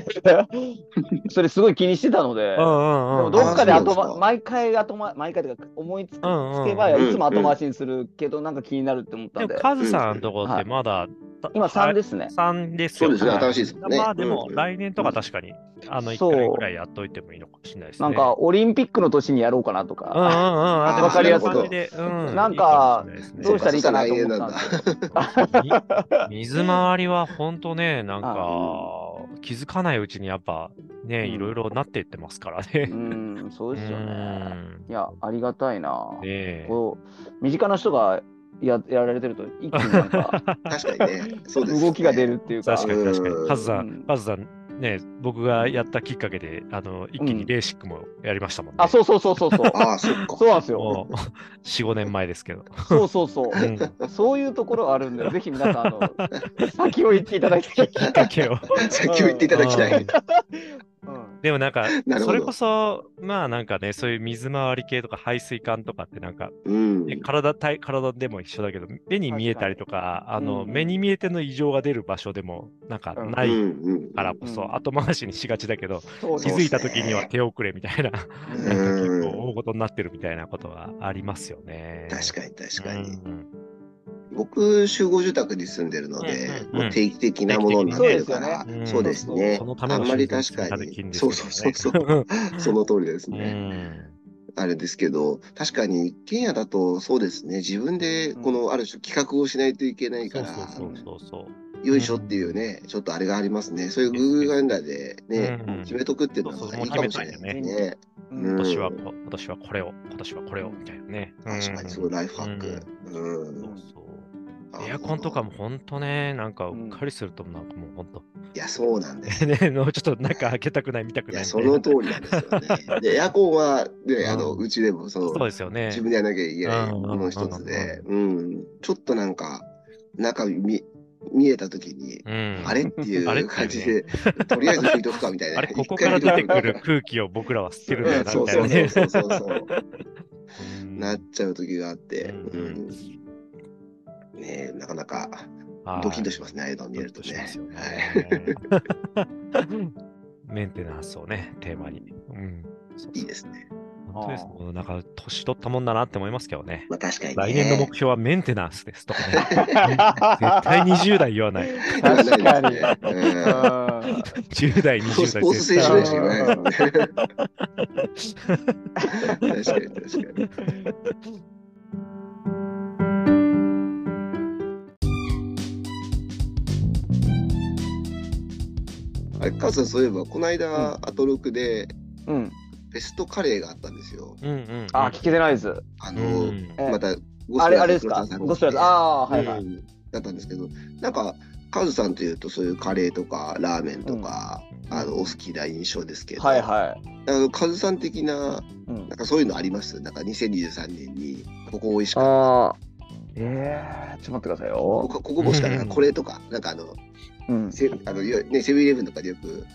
[SPEAKER 2] それすごい気にしてたので、でも
[SPEAKER 3] も
[SPEAKER 2] どっかで後、
[SPEAKER 1] あそうです
[SPEAKER 2] ま、
[SPEAKER 1] か
[SPEAKER 2] 毎回後、ま、毎回とか思いつくつ
[SPEAKER 3] うんうん
[SPEAKER 2] けば、
[SPEAKER 1] うん
[SPEAKER 2] いつも後回しにするけど、なんか気になるって思った
[SPEAKER 3] で
[SPEAKER 2] ん
[SPEAKER 3] も
[SPEAKER 2] で、
[SPEAKER 3] カズさんのとこってまだ、た
[SPEAKER 2] 今3
[SPEAKER 3] は
[SPEAKER 2] ですね。
[SPEAKER 3] 三です
[SPEAKER 1] そう
[SPEAKER 3] よ
[SPEAKER 1] ですね、新しいですもんね。
[SPEAKER 3] まあでも
[SPEAKER 1] うん
[SPEAKER 3] 来年とか確かに、あの
[SPEAKER 2] そう
[SPEAKER 3] 1回ぐらいやっといてもいいのかもしれないですね。
[SPEAKER 2] なんかオリンピックの年にやろうかなと
[SPEAKER 3] うんうんうん、
[SPEAKER 2] か、
[SPEAKER 3] あでも
[SPEAKER 1] わかりやすく
[SPEAKER 3] そうう感じでうん、
[SPEAKER 2] なんか
[SPEAKER 3] いいもしれないですね
[SPEAKER 2] どうしたらいいかなと思っ
[SPEAKER 1] そう
[SPEAKER 2] たん
[SPEAKER 1] か
[SPEAKER 2] で
[SPEAKER 1] そ
[SPEAKER 2] すよ。
[SPEAKER 3] み *laughs* 水回りは本当ね、なんか気づかないうちにやっぱね、
[SPEAKER 2] うん
[SPEAKER 3] いろいろなっていってますからね
[SPEAKER 2] う。ん、そうですよ
[SPEAKER 3] う
[SPEAKER 2] ね。
[SPEAKER 3] ん
[SPEAKER 2] いや、ありがたいな。
[SPEAKER 3] ねえ *laughs*
[SPEAKER 2] こう身近な人がややられてると、一気になんか
[SPEAKER 1] 確かに
[SPEAKER 2] *laughs*
[SPEAKER 1] ね、 *laughs* そうです、ね。
[SPEAKER 2] 動きが出るっていうか。
[SPEAKER 3] 確かに確か
[SPEAKER 1] う
[SPEAKER 3] に。
[SPEAKER 1] ん
[SPEAKER 3] カズさ
[SPEAKER 2] うんん、
[SPEAKER 3] カズさん、ね、僕がやったきっかけで、あの、一気にレーシックもやりましたもんね。
[SPEAKER 2] あ、そうそうそうそうそう。
[SPEAKER 1] ああ、そっか。
[SPEAKER 2] そうなんですよ。
[SPEAKER 3] もう *laughs* 4、5年前ですけど。
[SPEAKER 2] そうそうそうう。
[SPEAKER 1] *laughs*
[SPEAKER 3] ん、きっ
[SPEAKER 2] そういうところあるんで、ぜひ皆さん、
[SPEAKER 1] *laughs*
[SPEAKER 2] あの、先を言っていただきたい。
[SPEAKER 3] かけを。
[SPEAKER 1] 先を言っていただきた
[SPEAKER 3] うん
[SPEAKER 1] い。
[SPEAKER 2] うん
[SPEAKER 3] でもなんか
[SPEAKER 1] なるほ、ど
[SPEAKER 3] それこそ、まあなんかね、そういう水回り系とか排水管とかってなんか、
[SPEAKER 1] うん
[SPEAKER 3] ね。体体体でも一緒だけど、目に見えたりとか、あ
[SPEAKER 2] に
[SPEAKER 3] の、
[SPEAKER 2] うん
[SPEAKER 3] 目に見えての異常が出る場所でも、なんか
[SPEAKER 2] うん
[SPEAKER 3] ない
[SPEAKER 1] うん
[SPEAKER 3] からこそ、
[SPEAKER 2] うん
[SPEAKER 3] 後回しにしがちだけど、
[SPEAKER 2] そう
[SPEAKER 3] 気
[SPEAKER 2] で
[SPEAKER 1] そうっす
[SPEAKER 2] す
[SPEAKER 3] づいた時には手遅れみたいな、
[SPEAKER 1] うん
[SPEAKER 3] なんか結構大事になってるみたいなことがありますよね。
[SPEAKER 1] 確かに確かに。
[SPEAKER 3] うん
[SPEAKER 1] 僕、集合住宅に住んでるので、
[SPEAKER 3] うん
[SPEAKER 1] もう定期的なものになるから、
[SPEAKER 3] うん
[SPEAKER 1] そうですね。
[SPEAKER 3] そのため
[SPEAKER 1] あ
[SPEAKER 3] の
[SPEAKER 1] んまり確か
[SPEAKER 3] 収入金
[SPEAKER 1] に、
[SPEAKER 3] です
[SPEAKER 1] そ
[SPEAKER 3] よ
[SPEAKER 1] う
[SPEAKER 3] ね
[SPEAKER 1] そうそうそう、その通りです
[SPEAKER 3] うん
[SPEAKER 1] ね。あれですけど、確かに一軒家だと、そうですね、自分でこのある種企画をしないといけ *laughs* ないか
[SPEAKER 3] そう
[SPEAKER 1] ら、
[SPEAKER 3] そうそうそう。
[SPEAKER 1] よいしょっていうね、ちょっとあれがありますね。そういうグーガンダでね、
[SPEAKER 3] うん
[SPEAKER 1] 決めとくっていうの
[SPEAKER 3] そう
[SPEAKER 1] は
[SPEAKER 3] そう
[SPEAKER 1] いいかもしれないです
[SPEAKER 2] もう決め
[SPEAKER 1] ね。
[SPEAKER 2] う
[SPEAKER 1] うん
[SPEAKER 2] ん
[SPEAKER 3] 今年はこ今年はこれを、今年はこれをみたいなね。うん
[SPEAKER 1] 確かに、すごいライフハック。う。
[SPEAKER 3] そうんそうエアコンとかも本当ね、なんかうっかりするとなんかもう本
[SPEAKER 1] いや、そうなん
[SPEAKER 3] *laughs*
[SPEAKER 1] です。
[SPEAKER 3] 当、ね、のちょっと中開けたくない、見たく
[SPEAKER 1] いや、
[SPEAKER 3] ないみ
[SPEAKER 1] そ
[SPEAKER 3] たいな
[SPEAKER 1] の通りなんですよ
[SPEAKER 3] *laughs*
[SPEAKER 1] ね。で、エアコンは、ね、あの、
[SPEAKER 3] うん
[SPEAKER 1] うちでも、そ
[SPEAKER 3] そう
[SPEAKER 1] の、
[SPEAKER 3] ですよね。
[SPEAKER 1] 自分でやらなきゃいけない
[SPEAKER 3] うん
[SPEAKER 1] もの一つで、うん、ちょっとなんか、中見、見えたときに、
[SPEAKER 3] うん、
[SPEAKER 1] あれってい
[SPEAKER 3] あれ
[SPEAKER 1] う
[SPEAKER 3] っていうね
[SPEAKER 1] 感じで、とりあえず拭いとくかみたいな。
[SPEAKER 3] *laughs* あれ、ここ
[SPEAKER 1] 一
[SPEAKER 3] か
[SPEAKER 1] 回
[SPEAKER 3] ら出
[SPEAKER 1] 拭
[SPEAKER 3] て
[SPEAKER 1] いと
[SPEAKER 3] く
[SPEAKER 1] く
[SPEAKER 3] る空気を僕らは捨てるん
[SPEAKER 1] う
[SPEAKER 3] だ
[SPEAKER 1] ん
[SPEAKER 3] な、
[SPEAKER 1] そ
[SPEAKER 3] み
[SPEAKER 1] うそ
[SPEAKER 3] た *laughs* いうな
[SPEAKER 1] そう。
[SPEAKER 3] ね
[SPEAKER 1] そうそうそう。
[SPEAKER 3] うん
[SPEAKER 1] なっちゃう時があって、う
[SPEAKER 3] う
[SPEAKER 1] んんねえなかなか
[SPEAKER 3] はい
[SPEAKER 1] ドキッとしますね、ああいうのを見ると
[SPEAKER 3] ドキッ
[SPEAKER 1] ね
[SPEAKER 3] し。
[SPEAKER 1] はい
[SPEAKER 3] ますよ
[SPEAKER 1] *laughs*
[SPEAKER 3] ねメンテナンスをね、テーマに。うん。そう
[SPEAKER 1] いい
[SPEAKER 3] そ
[SPEAKER 1] うですね。
[SPEAKER 3] 本当です。もうなんか、年取ったもんだなって思いますけどね。
[SPEAKER 1] まあ確かにね。
[SPEAKER 3] 来年の目標はメンテナンスですとかね。 *laughs* 絶対20代言わない。
[SPEAKER 2] 確か
[SPEAKER 1] *laughs*
[SPEAKER 2] に。
[SPEAKER 1] に。
[SPEAKER 2] うん
[SPEAKER 3] 10代、
[SPEAKER 1] うん
[SPEAKER 3] 20
[SPEAKER 1] そう
[SPEAKER 3] 代。
[SPEAKER 1] スポーツ選手
[SPEAKER 2] 対だ
[SPEAKER 1] で
[SPEAKER 2] し
[SPEAKER 1] し
[SPEAKER 2] 言わない
[SPEAKER 1] ね。確
[SPEAKER 2] で
[SPEAKER 1] かに確かに。あれ、母さんそういえば、この間、アトロクで、
[SPEAKER 2] うん。
[SPEAKER 1] ベストカレーがあったんですよ。
[SPEAKER 3] うんうん。
[SPEAKER 2] あ、聞けてないです。
[SPEAKER 1] あ
[SPEAKER 3] う
[SPEAKER 1] の、
[SPEAKER 3] ん
[SPEAKER 2] え
[SPEAKER 1] また、
[SPEAKER 2] あれ、あれですかゴスペラーズ。
[SPEAKER 1] あ
[SPEAKER 2] ああ、はいはい。
[SPEAKER 1] うんだったんですけど、なんか、カズさんというと、そういうカレーとかラーメンとか、あのお好きな印象ですけど、
[SPEAKER 2] はいはい。
[SPEAKER 1] あのカズさん的な、
[SPEAKER 2] うん
[SPEAKER 1] なんかそういうのありますなんか2023年に、ここ美味しかった、
[SPEAKER 2] ああ。ええ、ちょっと待ってください
[SPEAKER 1] こ
[SPEAKER 2] よ。
[SPEAKER 1] こここもしかな
[SPEAKER 3] うん
[SPEAKER 1] これとか、なんかあの、
[SPEAKER 2] うん。
[SPEAKER 1] セあのいわゆるね、セブンイレブンとかでよく、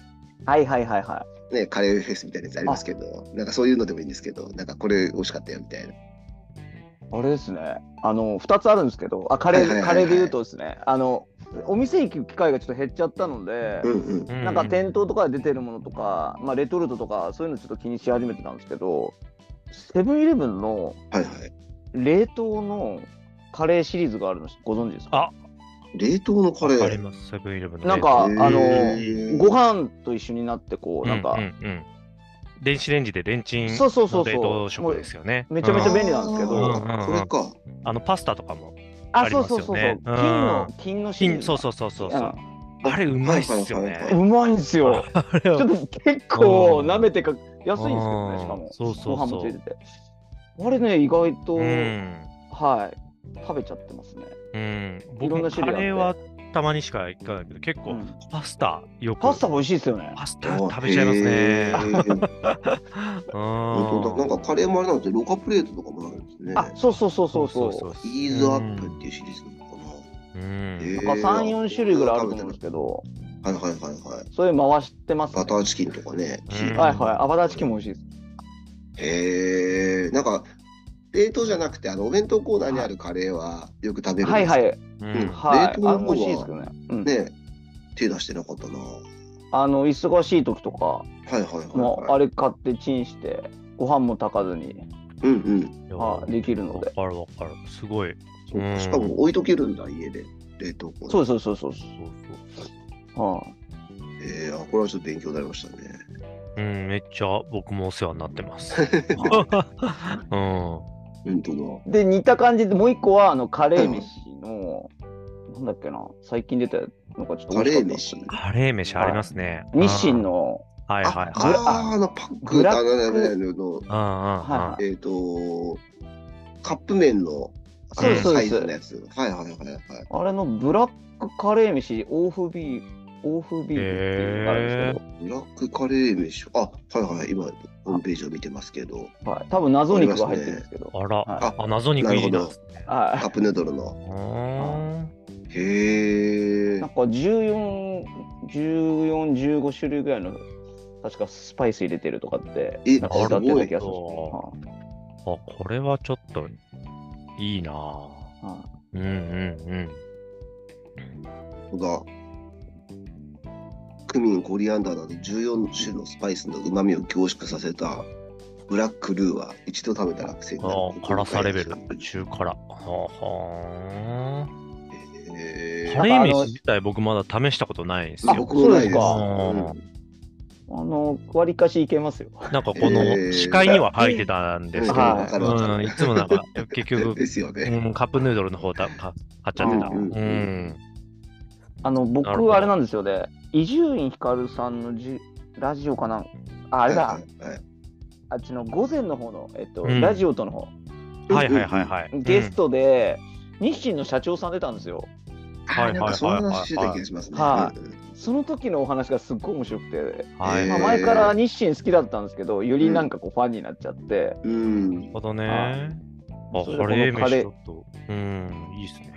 [SPEAKER 2] はいはいはいは
[SPEAKER 1] ね、カレーフェスみたいなやつありますけど、なんかそういうのでもいいんですけど、なんかこれ美味しかったよみたいな。
[SPEAKER 2] い。あれですね。あの、二つあるんですけど、あ、カレ
[SPEAKER 1] はいはい
[SPEAKER 2] ー、
[SPEAKER 1] はいは
[SPEAKER 2] カ
[SPEAKER 1] い
[SPEAKER 2] レーで言うとですね、あの、お店行く機会がちょっと減っちゃったので、
[SPEAKER 1] うんうん。
[SPEAKER 3] う
[SPEAKER 2] なんか店頭とかで出てるものとか、まあ、レトルトとかそういうのちょっと気にし始めてたんですけどセブンイレブンの
[SPEAKER 1] はいはい。
[SPEAKER 2] 冷凍のカレーシリーズがあるのご存知ですか
[SPEAKER 1] 冷凍のカレー。
[SPEAKER 3] あります、セブンイレブンのね。
[SPEAKER 2] なんかあ
[SPEAKER 1] へー
[SPEAKER 2] のご飯と一緒になってこう
[SPEAKER 3] う、
[SPEAKER 2] んなんか、
[SPEAKER 3] うんうん電子レンジでレンチン
[SPEAKER 2] そうそうそ
[SPEAKER 3] の
[SPEAKER 2] う
[SPEAKER 3] 冷凍
[SPEAKER 2] そう
[SPEAKER 3] 食
[SPEAKER 2] も
[SPEAKER 3] で
[SPEAKER 2] う
[SPEAKER 3] すよね。
[SPEAKER 2] めちゃめちゃ
[SPEAKER 3] うん
[SPEAKER 2] 便利なんですけど
[SPEAKER 1] あー
[SPEAKER 3] うんうんうん
[SPEAKER 1] これか。
[SPEAKER 3] あのパスタとかも。
[SPEAKER 2] あ
[SPEAKER 3] あり
[SPEAKER 2] そう
[SPEAKER 3] ます
[SPEAKER 2] そ
[SPEAKER 3] よ
[SPEAKER 2] うそうそう、
[SPEAKER 3] ね
[SPEAKER 2] 金
[SPEAKER 3] う
[SPEAKER 2] の
[SPEAKER 3] ん
[SPEAKER 2] 金のシリー
[SPEAKER 3] 金
[SPEAKER 2] ズ
[SPEAKER 3] そうそうそうそうそう。あれうまいっすよ
[SPEAKER 1] はいはい
[SPEAKER 3] ね
[SPEAKER 1] は
[SPEAKER 2] う。んうまいんですよ
[SPEAKER 3] *laughs* あれ
[SPEAKER 2] ちょっと結構舐めてか安いんですけど
[SPEAKER 3] うん
[SPEAKER 2] ねしかも
[SPEAKER 3] そうそうそう
[SPEAKER 2] ご飯もついててあれね意外と、
[SPEAKER 3] うん。
[SPEAKER 2] はい食べちゃってますね、
[SPEAKER 3] うん。
[SPEAKER 2] い
[SPEAKER 3] 僕
[SPEAKER 2] ろん
[SPEAKER 3] も
[SPEAKER 2] な
[SPEAKER 3] カ
[SPEAKER 2] 種類あって
[SPEAKER 3] レーはたまにしか行かないけど、結
[SPEAKER 2] う
[SPEAKER 3] 構
[SPEAKER 2] ん
[SPEAKER 3] パスタよく。
[SPEAKER 2] パスタも美味しいですよね
[SPEAKER 3] パスタ食べちゃいますね
[SPEAKER 1] へ。ー本当だ。なん
[SPEAKER 3] う
[SPEAKER 1] かカレーもあれなんですよ。ロカプレートとかもあるんですね。
[SPEAKER 2] あそうそうそうそうそう
[SPEAKER 3] そう
[SPEAKER 1] イーズアップっていうシリーズなのかな。
[SPEAKER 3] ん。うん
[SPEAKER 1] えー
[SPEAKER 2] なんか3、4種類ぐらいあると思うんですけど、
[SPEAKER 1] はいはいはいはい。
[SPEAKER 2] それ回してます、ね
[SPEAKER 1] バ。ターチキンとかね。
[SPEAKER 3] うん
[SPEAKER 2] はいはい。アバターチキンも美味しいです。
[SPEAKER 1] へえ。なんか冷凍じゃなくてあのお弁当コーナーにあるカレーはよく食べるん
[SPEAKER 2] は
[SPEAKER 1] で
[SPEAKER 2] い
[SPEAKER 1] すけど
[SPEAKER 2] はい。
[SPEAKER 1] う
[SPEAKER 3] う
[SPEAKER 1] ん
[SPEAKER 3] ん
[SPEAKER 2] はい。あ
[SPEAKER 1] 冷
[SPEAKER 2] れ
[SPEAKER 1] 凍の方は
[SPEAKER 2] も美味しいですけどね。うん、
[SPEAKER 1] ね手出してなかったな。は
[SPEAKER 2] あの忙しい時とか、
[SPEAKER 1] いはいはい、はい。
[SPEAKER 2] もうあれ買ってチンしてご飯も炊かずに、
[SPEAKER 1] うんうん。
[SPEAKER 3] いや
[SPEAKER 2] は
[SPEAKER 3] わ
[SPEAKER 2] いできるので
[SPEAKER 3] かるわかる。すごい。
[SPEAKER 1] そう
[SPEAKER 3] うん
[SPEAKER 1] しかも置いとけるんだ、家で。冷凍庫に
[SPEAKER 2] そうそうそうそうそ
[SPEAKER 3] そうそう
[SPEAKER 2] う、はい
[SPEAKER 1] えー、あこれはちょっと勉強になりましたね。
[SPEAKER 3] そう。うん、めっちゃ僕もお世話になってます。うん。
[SPEAKER 1] 本当だ。
[SPEAKER 2] で似た感じでもう一個はあのカレー飯の、なんだっけな最近出たのがちょっと
[SPEAKER 1] カレー
[SPEAKER 2] 美味
[SPEAKER 1] 飯
[SPEAKER 2] しかっ。
[SPEAKER 3] カレー飯ありますね。
[SPEAKER 2] たです日清の
[SPEAKER 3] あー。はいはい
[SPEAKER 1] あ、
[SPEAKER 3] はい。
[SPEAKER 1] あーあのパック
[SPEAKER 2] ブラッ
[SPEAKER 1] だ
[SPEAKER 2] ク
[SPEAKER 1] ねねねの、
[SPEAKER 3] うんうんうん
[SPEAKER 2] は
[SPEAKER 1] えっ、と、カップ麺のあ
[SPEAKER 2] そう
[SPEAKER 3] で
[SPEAKER 1] の
[SPEAKER 3] す
[SPEAKER 1] サイズのやつ。はいはいはいはい。
[SPEAKER 2] あれのブラックカレー飯オーフビーオーフビーフっていうのがあるんです
[SPEAKER 1] ブ
[SPEAKER 2] けど、
[SPEAKER 1] ラックカレー飯。あ、はいはい、今、ホームページを見てますけど、
[SPEAKER 2] はい、多分謎肉が入ってるんですけど
[SPEAKER 3] あら、
[SPEAKER 2] は
[SPEAKER 3] あ謎肉いいな。
[SPEAKER 1] カ
[SPEAKER 2] は
[SPEAKER 1] ップヌードルの。
[SPEAKER 3] うーん
[SPEAKER 1] へ
[SPEAKER 2] い、
[SPEAKER 1] え
[SPEAKER 2] なん。か141415種類ぐらいの確かスパイス入れてるとかって
[SPEAKER 1] え
[SPEAKER 2] なんか歌ってた気がする
[SPEAKER 3] すご
[SPEAKER 2] は
[SPEAKER 3] あ、これはちょっといいなぁ。
[SPEAKER 2] いは
[SPEAKER 3] うんうん
[SPEAKER 1] ここがクミン、コリアンダーなど14種のスパイスの旨味を凝縮させたブラックルーは一度食べたら癖
[SPEAKER 3] う
[SPEAKER 1] に
[SPEAKER 3] ん。
[SPEAKER 1] な
[SPEAKER 3] あ
[SPEAKER 1] る
[SPEAKER 3] ー辛さレベル、
[SPEAKER 1] へ
[SPEAKER 3] 中辛。ははーん。
[SPEAKER 1] え
[SPEAKER 3] カレー飯自体僕まだ試したことないんです
[SPEAKER 1] あ
[SPEAKER 3] よ。
[SPEAKER 1] 僕もないです。
[SPEAKER 3] そうです
[SPEAKER 1] う
[SPEAKER 3] か
[SPEAKER 1] ん
[SPEAKER 2] い、あの割かしいけますよ
[SPEAKER 3] なんかこの
[SPEAKER 1] えー
[SPEAKER 3] 視界には入ってたんですけど、
[SPEAKER 2] はいわ
[SPEAKER 1] かるわかる
[SPEAKER 3] うん、いつもなんか結局、
[SPEAKER 1] ですよね。
[SPEAKER 3] うん、カップヌードルの方だか買っちゃってた。
[SPEAKER 1] う
[SPEAKER 3] うん
[SPEAKER 1] うん
[SPEAKER 3] ん、
[SPEAKER 1] う
[SPEAKER 2] あの僕
[SPEAKER 3] なるほど
[SPEAKER 2] あれなんですよね伊集院光さんのじラジオかなああれだ、
[SPEAKER 1] はいはいはい
[SPEAKER 2] あっちの午前の方の、えっと
[SPEAKER 3] うん
[SPEAKER 2] ラジオとの方
[SPEAKER 3] はいはいはいはい。
[SPEAKER 2] ゲストで、日清の社長さん出たんですよ
[SPEAKER 3] はいはいはいはい
[SPEAKER 1] なんかそんな話してた気がしますね。
[SPEAKER 2] は
[SPEAKER 1] うん
[SPEAKER 2] その時のお話がすっごい面白くて、
[SPEAKER 3] うんはい、
[SPEAKER 1] へ
[SPEAKER 2] まあ、
[SPEAKER 1] ー
[SPEAKER 2] 前から日清好きだったんですけどよりなんかこうファンになっちゃって、
[SPEAKER 1] うん
[SPEAKER 3] なる。ほどね。
[SPEAKER 2] は
[SPEAKER 3] あ、
[SPEAKER 2] それ
[SPEAKER 3] カレー
[SPEAKER 2] このカレー
[SPEAKER 3] 飯ちょっと、うん、いいですね。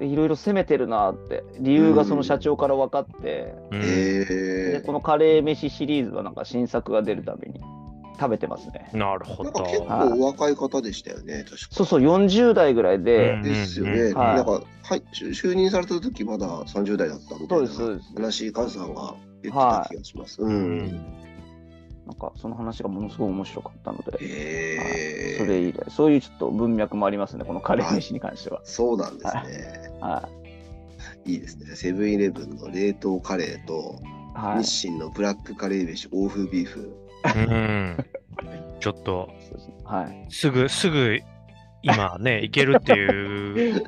[SPEAKER 2] でいろいろ攻めてるなって理由がその社長から分かって、
[SPEAKER 3] うん、
[SPEAKER 2] で
[SPEAKER 1] え
[SPEAKER 2] このカレー飯シリーズはなんか新作が出るたびに食べてますね
[SPEAKER 3] なるほ
[SPEAKER 1] なん
[SPEAKER 3] ど。
[SPEAKER 1] か結構お若い方でしたよね、確か。
[SPEAKER 2] そうそう40代ぐらいで、
[SPEAKER 3] うん
[SPEAKER 1] ですよね。
[SPEAKER 3] うん
[SPEAKER 1] なんか、はい、就就任された時まだ30代だったみたいな
[SPEAKER 2] そうですそうです
[SPEAKER 1] 話、カズさんが言ってた気がします。う。
[SPEAKER 3] うんん、
[SPEAKER 2] なんかその話がものすごい面白かったので、
[SPEAKER 1] へ
[SPEAKER 2] そ
[SPEAKER 1] え、
[SPEAKER 2] れ以来、そういうちょっと文脈もありますね、このカレー飯に関しては。
[SPEAKER 1] そうなんですね。
[SPEAKER 2] はい
[SPEAKER 1] いいですね。セブンイレブンの冷凍カレーと、
[SPEAKER 2] い。はい、
[SPEAKER 1] 日清のブラックカレー飯、オーフビーフ。
[SPEAKER 3] うん。ちょっと、
[SPEAKER 2] そうですねはい、
[SPEAKER 3] すぐ、すぐ、今ね、いけるっていう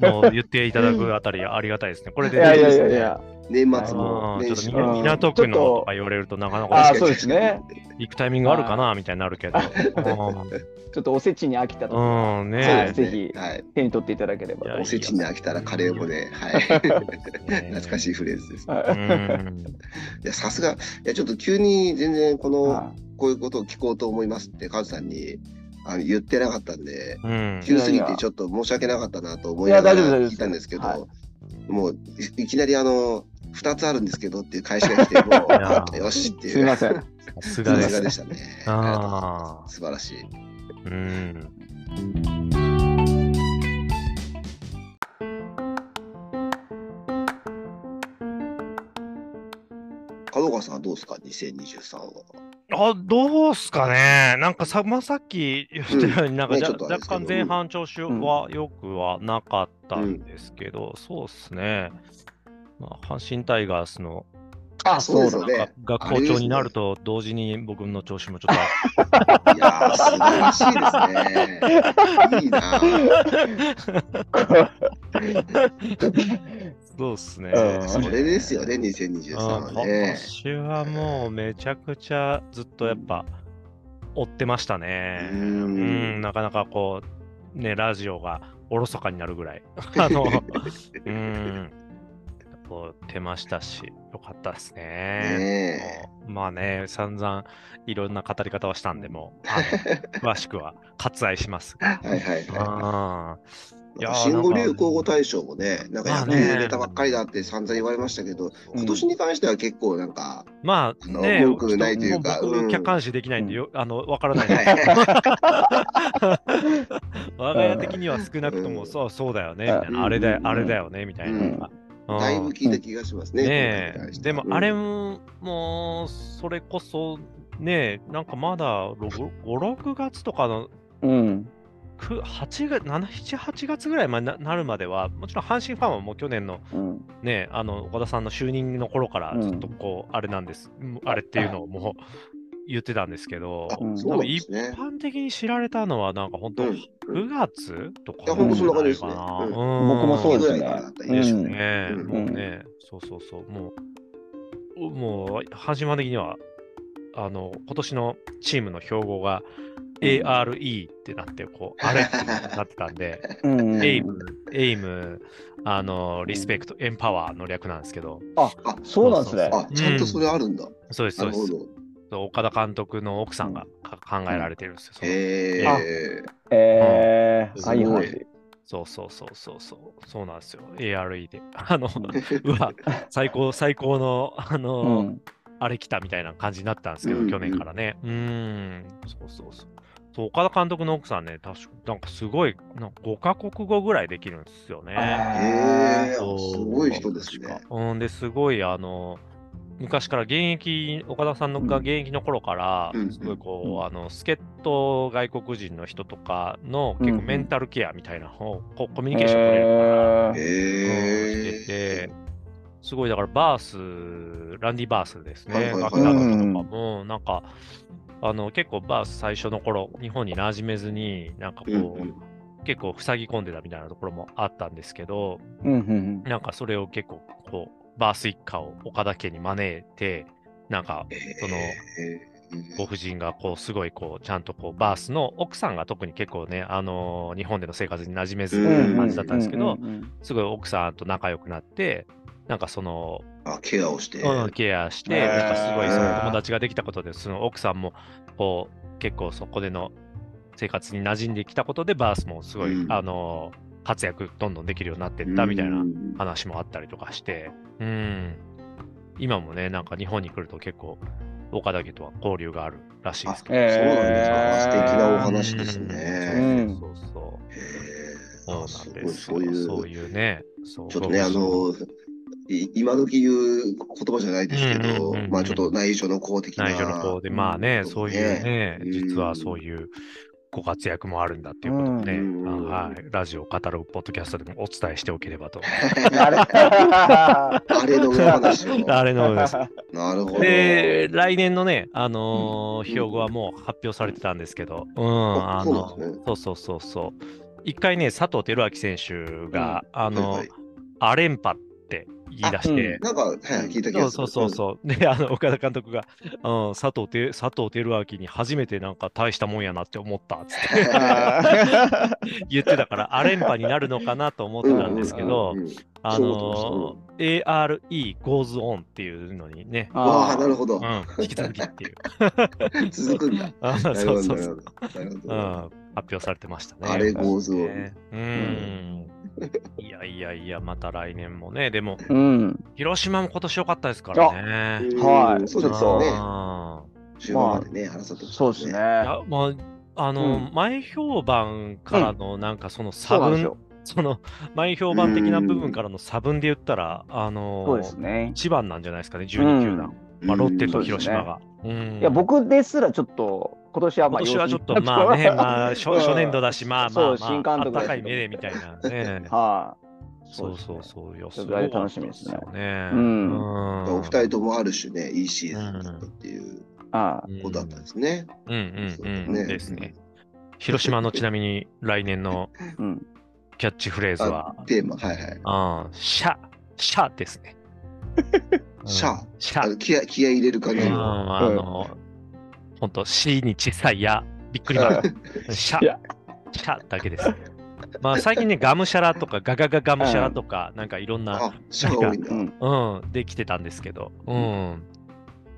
[SPEAKER 3] のを言っていただくあたり、ありがたいですね。これ
[SPEAKER 2] い
[SPEAKER 3] で、
[SPEAKER 2] やいやい
[SPEAKER 1] い
[SPEAKER 2] や
[SPEAKER 1] い
[SPEAKER 2] い
[SPEAKER 1] で
[SPEAKER 2] や、
[SPEAKER 1] 年
[SPEAKER 3] あー
[SPEAKER 1] 末の
[SPEAKER 3] ちょ
[SPEAKER 1] 年
[SPEAKER 3] っと
[SPEAKER 1] 始
[SPEAKER 3] み
[SPEAKER 2] うん
[SPEAKER 1] の。
[SPEAKER 3] 港区の
[SPEAKER 2] ちょっと
[SPEAKER 3] とか言われるとなかな
[SPEAKER 2] あ
[SPEAKER 3] か
[SPEAKER 2] ーそうですね
[SPEAKER 3] 行くタイミングあるかなみたいになるけど。
[SPEAKER 2] ちょっとおせちに飽きたとか、
[SPEAKER 3] うんうん、
[SPEAKER 1] そうで
[SPEAKER 2] はい
[SPEAKER 3] ね
[SPEAKER 1] すね
[SPEAKER 2] ぜひ
[SPEAKER 1] はい。
[SPEAKER 2] 手に取っていただければ
[SPEAKER 3] い
[SPEAKER 2] と
[SPEAKER 3] や
[SPEAKER 2] 思い
[SPEAKER 1] お
[SPEAKER 2] ます。
[SPEAKER 1] せちに飽きたらカレーもね、
[SPEAKER 2] *laughs*
[SPEAKER 1] はい。懐かしいフレーズですね。
[SPEAKER 3] え。うん
[SPEAKER 1] いや、さすが、いや、ちょっと急に全然この、
[SPEAKER 2] は
[SPEAKER 1] こういうことを聞こうと思いますってカズさんにあの言ってなかったんで、
[SPEAKER 3] うん
[SPEAKER 1] 急すぎ
[SPEAKER 2] いやい
[SPEAKER 1] て
[SPEAKER 2] や
[SPEAKER 1] ちょっと申し訳なかったなと思いなが
[SPEAKER 2] いや大丈夫
[SPEAKER 1] ら
[SPEAKER 2] 大丈夫
[SPEAKER 1] 聞いたんですけど、
[SPEAKER 2] はい
[SPEAKER 1] もういいきなりあの、2つあるんですけどっていう返しが来て、も
[SPEAKER 3] いや
[SPEAKER 1] う、よしっていう。
[SPEAKER 2] い、すみません。
[SPEAKER 1] さ
[SPEAKER 3] さすがですす
[SPEAKER 1] がで
[SPEAKER 3] ね。
[SPEAKER 1] したね。
[SPEAKER 3] あー
[SPEAKER 1] ありがとうございます素晴らしい。
[SPEAKER 3] うん。
[SPEAKER 1] 角川さんはどうですか、2023は。
[SPEAKER 3] あ、どうすかね。なんかさ、まあさっき言ったように、なんか、
[SPEAKER 1] ね
[SPEAKER 3] じゃ
[SPEAKER 1] ちょっとあれです
[SPEAKER 3] 若
[SPEAKER 1] けど
[SPEAKER 3] 干前半調子は良くはなかったんですけど、そうですね。まあ、阪神タイガースの
[SPEAKER 1] あ、そうですよ
[SPEAKER 3] なん
[SPEAKER 1] ね。い
[SPEAKER 3] かが好調になると同時に僕の調子もちょっ
[SPEAKER 1] やー、素晴らしいですね。いいなー
[SPEAKER 3] と。そうですね
[SPEAKER 2] うん。
[SPEAKER 1] それですよね、2023
[SPEAKER 3] うん
[SPEAKER 1] は
[SPEAKER 3] 今
[SPEAKER 1] ね。
[SPEAKER 3] 年はもうめちゃくちゃずっとやっぱ追ってましたね。
[SPEAKER 1] う
[SPEAKER 3] うんん、なかなかこう、ね、ラジオがおろそかになる
[SPEAKER 1] *laughs*
[SPEAKER 3] ぐらい。あの、うん、追ってましたし、よかったですね。
[SPEAKER 1] *laughs* ねえ。
[SPEAKER 3] もうまあね、散々いろんな語り方をしたんで、も
[SPEAKER 1] *laughs*
[SPEAKER 3] う、あの詳しくは割愛しますが。
[SPEAKER 1] はいはいはい。
[SPEAKER 3] あいやー
[SPEAKER 1] 新語・流行語大賞もね、なん
[SPEAKER 3] ま
[SPEAKER 1] か
[SPEAKER 3] あ
[SPEAKER 1] 野
[SPEAKER 3] ね
[SPEAKER 1] 球入れたばっかりだって散々言われましたけど、今年に関しては結構なん
[SPEAKER 3] *laughs*
[SPEAKER 1] か、
[SPEAKER 3] まあ
[SPEAKER 1] あの
[SPEAKER 3] ね、
[SPEAKER 1] 文句ないというか
[SPEAKER 3] ちょっともう
[SPEAKER 1] うん
[SPEAKER 3] 僕、客観視できないんでよ、あの、わからないんですけど
[SPEAKER 1] は
[SPEAKER 3] 我が家的には少なくとも、
[SPEAKER 1] うん
[SPEAKER 3] そうそうだよねみ
[SPEAKER 2] うん
[SPEAKER 3] たいな、あれだよ
[SPEAKER 1] うん
[SPEAKER 3] あれだよねみたいな、
[SPEAKER 1] うんだいぶ聞いた気がしますね。
[SPEAKER 3] ね
[SPEAKER 1] 今回に関
[SPEAKER 3] え、
[SPEAKER 1] して
[SPEAKER 3] で
[SPEAKER 1] は
[SPEAKER 3] もあれ、も、もう、それこそ、ねえ、なんかまだ5、6月とかの、
[SPEAKER 2] うん。
[SPEAKER 3] く8月、7、7、8月ぐらいまでななるまでは、もちろん阪神ファンはもう去年の
[SPEAKER 2] うん。
[SPEAKER 3] ねえ、あの、岡田さんの就任の頃から、ずっとこう、あれなんです、うんあれっていうのをもう言ってたんですけど、
[SPEAKER 1] あ
[SPEAKER 2] うん
[SPEAKER 1] そうなんですね
[SPEAKER 3] 一。般的に知られたのは、なんか本当、
[SPEAKER 1] うん
[SPEAKER 3] 9月と
[SPEAKER 1] いや
[SPEAKER 3] か
[SPEAKER 1] ほ
[SPEAKER 2] んとそんな
[SPEAKER 1] 感じですね
[SPEAKER 3] じゃないかな
[SPEAKER 1] うん
[SPEAKER 2] 僕もそう
[SPEAKER 3] ね
[SPEAKER 2] です
[SPEAKER 1] ぐら
[SPEAKER 2] ね
[SPEAKER 1] いからだったらいい
[SPEAKER 3] で
[SPEAKER 1] ですす
[SPEAKER 3] よ
[SPEAKER 1] よ
[SPEAKER 3] ね。
[SPEAKER 1] うん
[SPEAKER 3] もうね、そうそうそう、もう、もう、阪神ファン的には、あの、今年のチームの標語が、ARE ってなって、こう、あれってなってたんで、
[SPEAKER 2] *laughs* うん。
[SPEAKER 3] エイム、エイム、あの、リスペクト、エンパワーの略なんですけど、
[SPEAKER 2] そうなんですね。
[SPEAKER 1] あ、ちゃんとそれあるんだ。
[SPEAKER 3] そうです、
[SPEAKER 1] な
[SPEAKER 3] そう
[SPEAKER 1] る
[SPEAKER 3] で
[SPEAKER 1] ほ
[SPEAKER 3] す。
[SPEAKER 1] ど。
[SPEAKER 3] 岡田監督の奥さんがか考えられてるんですよ。その
[SPEAKER 1] へ
[SPEAKER 3] あ
[SPEAKER 1] え。
[SPEAKER 2] え
[SPEAKER 3] うん
[SPEAKER 2] ー、あ、いい話。
[SPEAKER 3] そうそうそうそうそう、そうなんですよ。ARE で。あの、うわ、最高、最高の、あの、
[SPEAKER 2] うん。
[SPEAKER 3] あれ来たみたいな感じになったんですけど、
[SPEAKER 1] うんうん
[SPEAKER 3] 去年からね。うーん、そうそうそう。そう岡田監督の奥さんね、確かなんかすごい、なんか5カ国語ぐらいできるんですよね。
[SPEAKER 1] へえ。あ
[SPEAKER 3] そう
[SPEAKER 1] すごい人ですね。
[SPEAKER 3] 確かうん、で、すごい、あの、昔から現役、岡田さんのが
[SPEAKER 2] うん
[SPEAKER 3] 現役の頃から、
[SPEAKER 1] うん
[SPEAKER 3] すごいこう、
[SPEAKER 2] うん
[SPEAKER 3] あの、助っ人外国人の人とかの結構メンタルケアみたいな、こうコミュニケーション取れるから、
[SPEAKER 2] え
[SPEAKER 1] へ
[SPEAKER 3] して
[SPEAKER 1] え
[SPEAKER 3] て。、すごいだからバース、ランディ・バースです
[SPEAKER 1] はい
[SPEAKER 3] ね、
[SPEAKER 1] はいはい
[SPEAKER 3] 楽団の人とかも、なんか、あの結構バース最初の頃日本に馴染めずに、なんかこう、
[SPEAKER 1] うんうん
[SPEAKER 3] 結構塞ぎ込んでたみたいなところもあったんですけど、
[SPEAKER 2] うんうん
[SPEAKER 3] なんかそれを結構、こう、バース一家を岡田家に招いて、なんか、その、
[SPEAKER 1] へー
[SPEAKER 3] ご婦人がこうすごいこうちゃんとこうバースの奥さんが特に結構ね、あのー日本での生活に馴染めず
[SPEAKER 2] うん
[SPEAKER 3] な感じだったんですけど、
[SPEAKER 2] うんうん
[SPEAKER 3] すごい奥さんと仲良くなって、なんかその、
[SPEAKER 1] あ、ケアをして。
[SPEAKER 3] うん、ケアして、
[SPEAKER 2] へー
[SPEAKER 3] なんかすごいその友達ができたことで、その奥さんもこう結構そこでの生活に馴染んできたことで、バースもすごい、
[SPEAKER 1] うん
[SPEAKER 3] あの活躍どんどんできるようになってったみたいな
[SPEAKER 1] うん
[SPEAKER 3] 話もあったりとかして、うん、今もね、なんか日本に来ると結構、岡田家とは交流があるらしいですけど。
[SPEAKER 2] あ
[SPEAKER 1] そうなんです
[SPEAKER 2] へ
[SPEAKER 1] か。
[SPEAKER 2] ー
[SPEAKER 1] 素敵なお話です
[SPEAKER 2] うん
[SPEAKER 1] ね。
[SPEAKER 3] そうそうそう
[SPEAKER 1] へ
[SPEAKER 3] そう。
[SPEAKER 1] ーあ
[SPEAKER 3] そ
[SPEAKER 1] す
[SPEAKER 3] う
[SPEAKER 1] ご
[SPEAKER 3] なん
[SPEAKER 1] い、
[SPEAKER 3] で
[SPEAKER 1] そういう。
[SPEAKER 3] すそういうね。そう
[SPEAKER 1] ちょっとね、あ
[SPEAKER 3] そう
[SPEAKER 1] の、い今時言う言葉じゃないですけど、
[SPEAKER 3] うんうんうんうん
[SPEAKER 1] まあちょっと内情の公的な。
[SPEAKER 3] 内助の方で、まあね、
[SPEAKER 1] うん
[SPEAKER 3] そういうね、
[SPEAKER 1] うん
[SPEAKER 3] 実はそういうご活躍もあるんだっていうことをね、
[SPEAKER 1] うん
[SPEAKER 3] あのはい、ラジオを語るポッドキャストでもお伝えしておければ
[SPEAKER 1] *laughs*
[SPEAKER 3] と。
[SPEAKER 2] あ
[SPEAKER 3] *laughs*
[SPEAKER 2] れ
[SPEAKER 1] あれの裏話を。
[SPEAKER 3] あれの方
[SPEAKER 1] *laughs*
[SPEAKER 3] です。
[SPEAKER 1] なるほど。
[SPEAKER 3] で、来年のね、あのー
[SPEAKER 1] うん
[SPEAKER 3] 標語はもう発表されてたんですけど、うん、あの
[SPEAKER 1] そうなんですね
[SPEAKER 3] そうそうそうそう。一回ね、佐藤輝明選手が、あの
[SPEAKER 1] はいはい
[SPEAKER 3] アレンパって言い出して、
[SPEAKER 2] あ
[SPEAKER 1] なんか、はい、聞いた気
[SPEAKER 3] そ
[SPEAKER 1] が
[SPEAKER 3] う
[SPEAKER 1] す
[SPEAKER 3] そう
[SPEAKER 1] る。
[SPEAKER 3] そうそう。で、あの岡田監督が、うん、佐藤て佐藤輝明に初めてなんか大したもんやなって思ったっつっ
[SPEAKER 1] *laughs*
[SPEAKER 3] て言ってたから、アレンパになるのかなと思って
[SPEAKER 1] うん。
[SPEAKER 3] たんですけど
[SPEAKER 1] う、んうん
[SPEAKER 3] あ
[SPEAKER 1] そ
[SPEAKER 3] の ARE goes on っていうのにね、
[SPEAKER 1] *laughs* ああ、なるほど *laughs*
[SPEAKER 3] う。ん、引き続きっていう。
[SPEAKER 1] 続くんだ。
[SPEAKER 3] あ
[SPEAKER 1] な
[SPEAKER 3] *laughs* そう
[SPEAKER 1] る
[SPEAKER 3] そ
[SPEAKER 1] ほ
[SPEAKER 3] う
[SPEAKER 1] ど、な
[SPEAKER 3] そう
[SPEAKER 1] るほど。なるほ
[SPEAKER 3] う
[SPEAKER 1] ど
[SPEAKER 3] ん、発表されてましたね。
[SPEAKER 1] あれ goes on
[SPEAKER 3] ねうん。いやいやいや、また来年もね、でも、
[SPEAKER 2] うん。
[SPEAKER 3] 広島も今年良かったですからね。
[SPEAKER 1] うん
[SPEAKER 2] はい
[SPEAKER 1] そうですよね。
[SPEAKER 3] あー
[SPEAKER 1] 終盤までね、争ってましたね
[SPEAKER 2] そうですね。。
[SPEAKER 3] いやまああの、
[SPEAKER 2] うん
[SPEAKER 3] 前評判からのなんかその
[SPEAKER 2] そ
[SPEAKER 3] 差
[SPEAKER 2] うなん
[SPEAKER 3] 分、
[SPEAKER 2] です
[SPEAKER 3] そ
[SPEAKER 2] よ。
[SPEAKER 3] の前評判的な部分からの差分で言ったら、あ
[SPEAKER 2] そ
[SPEAKER 3] の
[SPEAKER 2] うですね。
[SPEAKER 3] 一番なんじゃないですかね、
[SPEAKER 2] う
[SPEAKER 3] 12
[SPEAKER 2] ん
[SPEAKER 3] 球団、まあ、ロッテと
[SPEAKER 2] そうですね
[SPEAKER 3] 広島が。うん
[SPEAKER 2] いや、僕ですらちょっと、今年はま
[SPEAKER 3] 今
[SPEAKER 2] あ、
[SPEAKER 3] 年はちょっと
[SPEAKER 2] 陽気
[SPEAKER 3] ま
[SPEAKER 2] *laughs*
[SPEAKER 3] あね、
[SPEAKER 2] な
[SPEAKER 3] まあ初
[SPEAKER 2] うん
[SPEAKER 3] 初年度だし、まあまあ、
[SPEAKER 2] そう新
[SPEAKER 3] まあ、
[SPEAKER 2] 監
[SPEAKER 3] あっ
[SPEAKER 2] 督だ
[SPEAKER 3] た
[SPEAKER 2] し。
[SPEAKER 3] かい目でみたいなね
[SPEAKER 2] *laughs* はい。
[SPEAKER 3] そうそうそう、いや、
[SPEAKER 2] ちょ
[SPEAKER 3] す
[SPEAKER 2] っ
[SPEAKER 3] ご
[SPEAKER 2] と
[SPEAKER 3] い
[SPEAKER 2] あれ楽しみですね
[SPEAKER 3] ね。
[SPEAKER 2] うん
[SPEAKER 1] お二人ともあるしね、いいシーズンだったっていう
[SPEAKER 2] ああ
[SPEAKER 1] ことだったんですね。
[SPEAKER 3] うんうんうん、
[SPEAKER 1] そうだね
[SPEAKER 3] ですね。広島のちなみに来年の
[SPEAKER 2] うん。
[SPEAKER 3] キャッチフレーズは
[SPEAKER 1] あ、テーマ、はいはい。
[SPEAKER 3] ああ、シャ、シャです *laughs* ね。うん
[SPEAKER 1] シャ
[SPEAKER 3] シ
[SPEAKER 1] あ
[SPEAKER 3] ャ。
[SPEAKER 1] の気合気合い入れる感
[SPEAKER 3] うん、
[SPEAKER 1] じの。
[SPEAKER 3] あの、ほんと、シに小さいや、びっくりマーク。シャ
[SPEAKER 2] いや、
[SPEAKER 3] シャだけです。まあ、最近 *laughs* ね、ガムシャラとか、ガガガガムシャラとか、なんかいろんな、
[SPEAKER 1] あ、シャが多いんだ
[SPEAKER 2] う。ん。
[SPEAKER 3] うん、できてたんですけど、うん。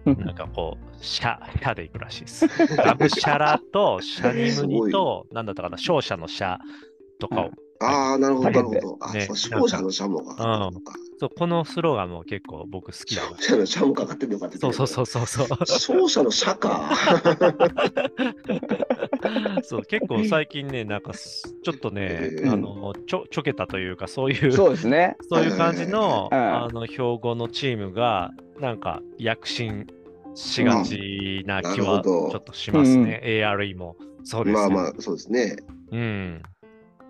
[SPEAKER 3] なんかこう、シャ、シャでいくらしいです。ガムシャラと、シャニムニと、なんだったかな、勝者のシャとかを
[SPEAKER 1] ああ、なるほど、なるほど。あ、
[SPEAKER 3] ね
[SPEAKER 1] そう、志向者のシャモがかかってるのか。
[SPEAKER 3] そう、このスローガンも結構僕好きだ
[SPEAKER 1] 志
[SPEAKER 3] わ
[SPEAKER 1] 向者のシャモかかってるのかって。
[SPEAKER 3] そうそうそうそうそう。
[SPEAKER 1] 勝者の社か。
[SPEAKER 3] *laughs* そう結構最近ね、なんかすちょっとね、
[SPEAKER 1] うん
[SPEAKER 3] あのちょちょけたというか、そうい
[SPEAKER 2] *laughs*
[SPEAKER 3] う
[SPEAKER 2] そうですね。
[SPEAKER 3] そういう感じの,、
[SPEAKER 2] うん
[SPEAKER 3] あの標語のチームが、なんか躍進しがちな気
[SPEAKER 1] うんなるほど
[SPEAKER 3] はちょっとしますね。ARE もそうです、ね。
[SPEAKER 1] まあまあ、そうですね。
[SPEAKER 3] うん。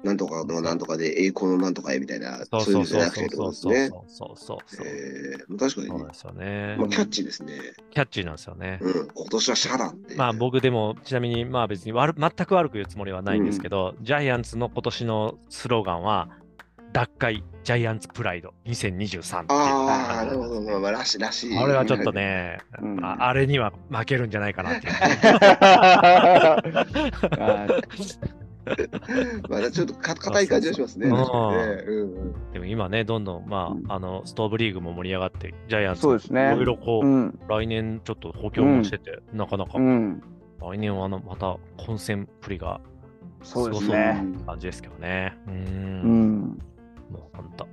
[SPEAKER 1] なんとかのなんとかで栄光のなんとかへみたいな、
[SPEAKER 3] そう
[SPEAKER 1] そういう
[SPEAKER 3] そ
[SPEAKER 1] のじゃ
[SPEAKER 3] うそう
[SPEAKER 1] なく
[SPEAKER 3] そ
[SPEAKER 1] てっ
[SPEAKER 3] う
[SPEAKER 1] てこ
[SPEAKER 3] そ
[SPEAKER 1] と
[SPEAKER 3] う
[SPEAKER 1] です
[SPEAKER 3] そう
[SPEAKER 1] ね。
[SPEAKER 3] そうそうそう。
[SPEAKER 1] えー、確かに
[SPEAKER 3] そう
[SPEAKER 1] ね
[SPEAKER 3] なん、ですよね
[SPEAKER 1] まあ、。キャッチーですね。
[SPEAKER 3] キャッチーなんですよね。
[SPEAKER 1] うん、今年はシャだって。
[SPEAKER 3] まあ僕でもちなみにまあ別に悪全く悪く言うつもりはないんですけど、ジャイアンツの今年のスローガンは奪回ジャイアンツプライド2023っていう
[SPEAKER 1] ああ、なる
[SPEAKER 3] あ
[SPEAKER 1] ほど、まあまあ、らしいらしい。
[SPEAKER 3] れはちょっとね、
[SPEAKER 2] うん
[SPEAKER 3] まあ、あれには負けるんじゃないかなっていう
[SPEAKER 2] あ *laughs* ー
[SPEAKER 1] *laughs* まだちょっとか硬い感じがしますね。
[SPEAKER 3] そう
[SPEAKER 1] 確
[SPEAKER 3] そうそう
[SPEAKER 1] かにねうんうん
[SPEAKER 3] でも今ねどんどんま
[SPEAKER 2] うん
[SPEAKER 3] ああのストーブリーグも盛り上がってジャイアンツ
[SPEAKER 2] そうですね
[SPEAKER 3] いろいろこう、
[SPEAKER 2] うん。
[SPEAKER 3] 来年ちょっと補強もしてて、なかなか、
[SPEAKER 2] うん。
[SPEAKER 3] 来年はあのまた混戦プリが
[SPEAKER 2] そうです
[SPEAKER 3] すごそう
[SPEAKER 2] ね。
[SPEAKER 3] な感じですけどねうーん
[SPEAKER 2] うん。
[SPEAKER 3] もうほんと、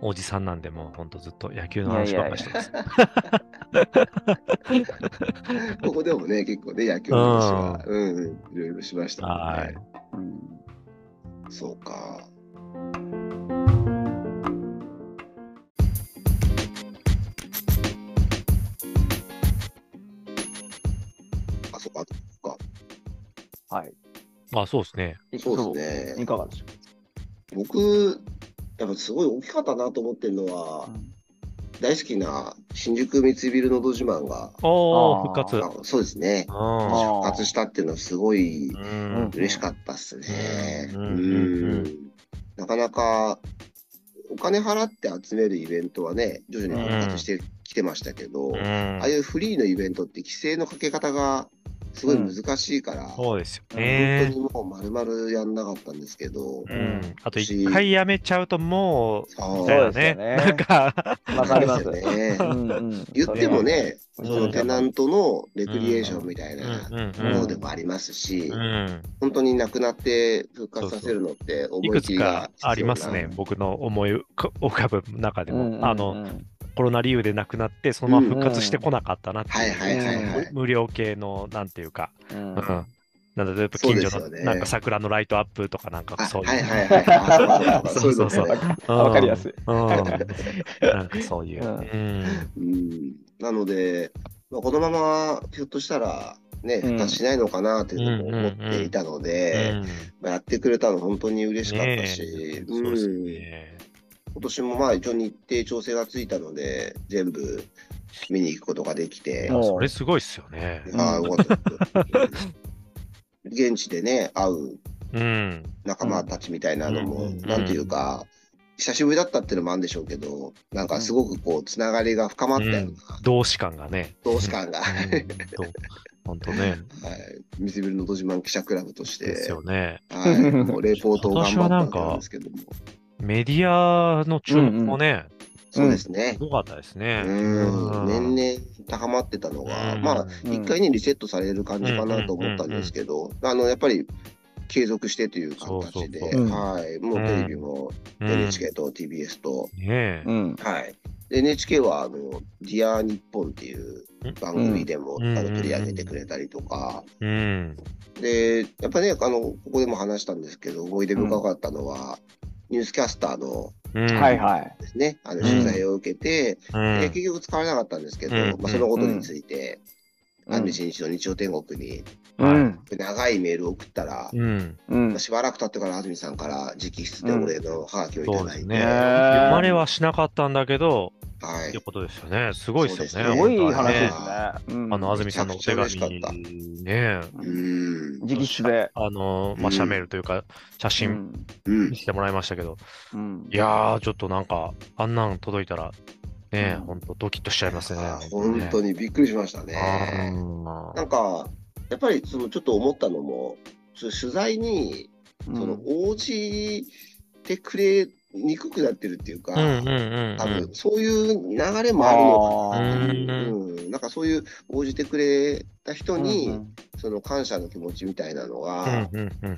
[SPEAKER 3] おじさんなんで、もうほんとずっと野球の話ばっかりしてます。
[SPEAKER 1] ここでもね、結構ね、野球の話は、うんうん、いろいろしましたもんね。
[SPEAKER 3] はい
[SPEAKER 2] うん
[SPEAKER 1] そうか。あ、そうか、あとそっか。
[SPEAKER 2] はい。
[SPEAKER 3] あ、そうですね。
[SPEAKER 1] そうです
[SPEAKER 2] い
[SPEAKER 1] ね。
[SPEAKER 2] かがでしょ
[SPEAKER 1] 僕、やっぱすごい大きかったなと思ってるの
[SPEAKER 2] う
[SPEAKER 1] は、
[SPEAKER 2] か。
[SPEAKER 1] 大好きな新宿三井ビルのど自慢が、
[SPEAKER 3] お
[SPEAKER 2] あー
[SPEAKER 3] ー、復活。
[SPEAKER 1] あそうですね。
[SPEAKER 3] う
[SPEAKER 1] 復活したっていうのはすごい
[SPEAKER 3] ん。
[SPEAKER 2] うん
[SPEAKER 1] 嬉しかったっすね。
[SPEAKER 3] う
[SPEAKER 1] うんん。
[SPEAKER 3] うんうん
[SPEAKER 1] なかなかお金払って集めるイベントはね、徐々に復活してきてましたけど、
[SPEAKER 3] うん
[SPEAKER 1] ああいうフリーのイベントって規制のかけ方がすごい難しいから、
[SPEAKER 3] そうですよ
[SPEAKER 1] 本
[SPEAKER 3] ね。
[SPEAKER 1] 当にもう丸々やんなかったんですけど、
[SPEAKER 3] う
[SPEAKER 2] 当に
[SPEAKER 3] ん。あと一回やめちゃうともう、
[SPEAKER 1] そ
[SPEAKER 3] み
[SPEAKER 1] う
[SPEAKER 3] たいな
[SPEAKER 2] そうです
[SPEAKER 3] ね。
[SPEAKER 2] よね
[SPEAKER 3] なんか、
[SPEAKER 2] わかります。
[SPEAKER 1] *laughs* そうですよね
[SPEAKER 2] うんうん
[SPEAKER 1] 言っても、ね、
[SPEAKER 2] そ
[SPEAKER 1] そ
[SPEAKER 2] れ
[SPEAKER 3] は
[SPEAKER 1] のテナントのレクリエーションみたい
[SPEAKER 3] うん
[SPEAKER 1] な
[SPEAKER 3] う
[SPEAKER 1] も
[SPEAKER 3] ん
[SPEAKER 1] のでもありますし、
[SPEAKER 3] うん。
[SPEAKER 1] 本当になくなって復活させるのって思
[SPEAKER 3] いく
[SPEAKER 1] い切
[SPEAKER 3] つ
[SPEAKER 1] りが
[SPEAKER 3] か
[SPEAKER 1] 必要な
[SPEAKER 3] ありますね。僕の思い浮かぶ中で
[SPEAKER 2] うんうんうん
[SPEAKER 3] も。あの、、コロナ理由でなくなって、そのまま復活してこなかったなって
[SPEAKER 1] はいはいはいは
[SPEAKER 3] いう
[SPEAKER 1] い。
[SPEAKER 3] 無無料系の、なんていうか、
[SPEAKER 2] うん
[SPEAKER 3] うん。なんだ、例えば
[SPEAKER 1] そう
[SPEAKER 3] 近
[SPEAKER 1] です
[SPEAKER 3] 所
[SPEAKER 1] よ
[SPEAKER 3] の、
[SPEAKER 1] ね
[SPEAKER 3] なんか桜のライトアップとかなんか
[SPEAKER 1] あ
[SPEAKER 3] そういう。
[SPEAKER 1] はいはいはいあ。
[SPEAKER 3] *laughs*
[SPEAKER 1] そうかそうかそういうの
[SPEAKER 3] そうそう
[SPEAKER 1] ね
[SPEAKER 3] うん
[SPEAKER 2] わかりやすい。
[SPEAKER 3] うん。なんかそういう。
[SPEAKER 2] う
[SPEAKER 3] うんん。
[SPEAKER 1] *laughs* うんなので、まあ、このままひょっとしたら、ね、復活しないのかなというのも思っていたので、
[SPEAKER 3] うん
[SPEAKER 1] まあやってくれたの本当に嬉しかった
[SPEAKER 3] ね
[SPEAKER 1] し
[SPEAKER 3] え、
[SPEAKER 1] う
[SPEAKER 3] そうですよ
[SPEAKER 1] ん
[SPEAKER 3] ね。
[SPEAKER 1] 今年もまあ一応日程調整がついたので、全部見に行くことができて、
[SPEAKER 2] うん
[SPEAKER 3] それすごいっすよね。
[SPEAKER 1] ああ、よかった
[SPEAKER 3] *laughs*
[SPEAKER 1] です。現地でね、会う
[SPEAKER 3] うん。
[SPEAKER 1] 仲間たちみたいなのも、
[SPEAKER 3] うん
[SPEAKER 1] なんていうか、久しぶりだったっていうのもあるんでしょうけど、なんかすごくこう、つながりが深まったような、
[SPEAKER 3] うん同志感がね。
[SPEAKER 1] 同志感が、は
[SPEAKER 3] うん。本当
[SPEAKER 1] *laughs*
[SPEAKER 3] ね。
[SPEAKER 1] い、水ビルのど自慢記者クラブとし
[SPEAKER 3] です
[SPEAKER 1] て
[SPEAKER 3] よ、ね。
[SPEAKER 1] はい、こうレポートを頑張ったわけなんですけども、
[SPEAKER 3] メディアの注目もね、
[SPEAKER 1] そうですね
[SPEAKER 3] す。ごかったですね。
[SPEAKER 1] うん、
[SPEAKER 3] うん
[SPEAKER 1] 年々高まってたのが、まあ、
[SPEAKER 2] うん
[SPEAKER 1] 一回にリセットされる感じかなと思ったんですけど、あの、やっぱり、継続してという形で、
[SPEAKER 3] そう
[SPEAKER 2] そうそう
[SPEAKER 1] はい、もうテレビも
[SPEAKER 3] うん
[SPEAKER 1] NHK と TBS と、
[SPEAKER 3] ね
[SPEAKER 2] うん。
[SPEAKER 1] はい。で NHK は、あの、ディア日本っていう番組でも、
[SPEAKER 3] うん
[SPEAKER 1] あの取り上げてくれたりとか、
[SPEAKER 3] え。うん。
[SPEAKER 1] で、やっぱね、あの、ここでも話したんですけど、思い出深かったのは、ニュースキャスターの
[SPEAKER 3] うん
[SPEAKER 2] はいはい。
[SPEAKER 1] ですね、あの
[SPEAKER 3] うん
[SPEAKER 1] 取材を受けて、
[SPEAKER 3] うん
[SPEAKER 1] で結局使われなかったんですけど、
[SPEAKER 3] うん
[SPEAKER 1] まあ、そのことについて、
[SPEAKER 2] うん
[SPEAKER 1] あの日日の日曜天国に
[SPEAKER 2] うん。
[SPEAKER 1] 長いメールを送ったら、
[SPEAKER 3] うん。
[SPEAKER 2] うん
[SPEAKER 1] まあ。しばらく経ってから安住さんから直筆でお礼のハガキをいただいて、
[SPEAKER 3] うんそうですね
[SPEAKER 1] は
[SPEAKER 3] 生まれはしなかったんだけど、っ
[SPEAKER 1] い
[SPEAKER 3] てことですよね。すごいですよ
[SPEAKER 1] そう
[SPEAKER 2] す
[SPEAKER 3] ね。
[SPEAKER 1] です
[SPEAKER 2] ごい
[SPEAKER 3] 本当
[SPEAKER 2] 話
[SPEAKER 3] に
[SPEAKER 2] で
[SPEAKER 3] ね
[SPEAKER 2] すね。うん
[SPEAKER 3] あの、安住さんのお
[SPEAKER 1] め
[SPEAKER 3] 手
[SPEAKER 1] ちゃくちゃ嬉しかった
[SPEAKER 3] 紙ね、
[SPEAKER 1] うん
[SPEAKER 2] 直筆で。
[SPEAKER 3] あの、まあ、
[SPEAKER 1] うん
[SPEAKER 3] 写メールというか、写真
[SPEAKER 1] うん
[SPEAKER 3] 見、せてもらいましたけど、
[SPEAKER 2] うん。
[SPEAKER 3] いやー、ちょっとなんか、あんなん届いたら、ね、
[SPEAKER 2] うん
[SPEAKER 3] ほんとドキッとしちゃいますね。
[SPEAKER 1] あ本当
[SPEAKER 3] に
[SPEAKER 1] にびっくりしましたね。なんかやっぱりそのちょっと思ったのもその取材に
[SPEAKER 2] うん
[SPEAKER 1] その応じてくれにくくなってるっていうか、
[SPEAKER 3] うんうんうん
[SPEAKER 1] 多
[SPEAKER 3] うん
[SPEAKER 1] 分そういう流れもあるのかな
[SPEAKER 2] あ
[SPEAKER 3] ー
[SPEAKER 1] うんうんなんかそういう応じてくれった人に、その感謝の気持ちみたいなのが、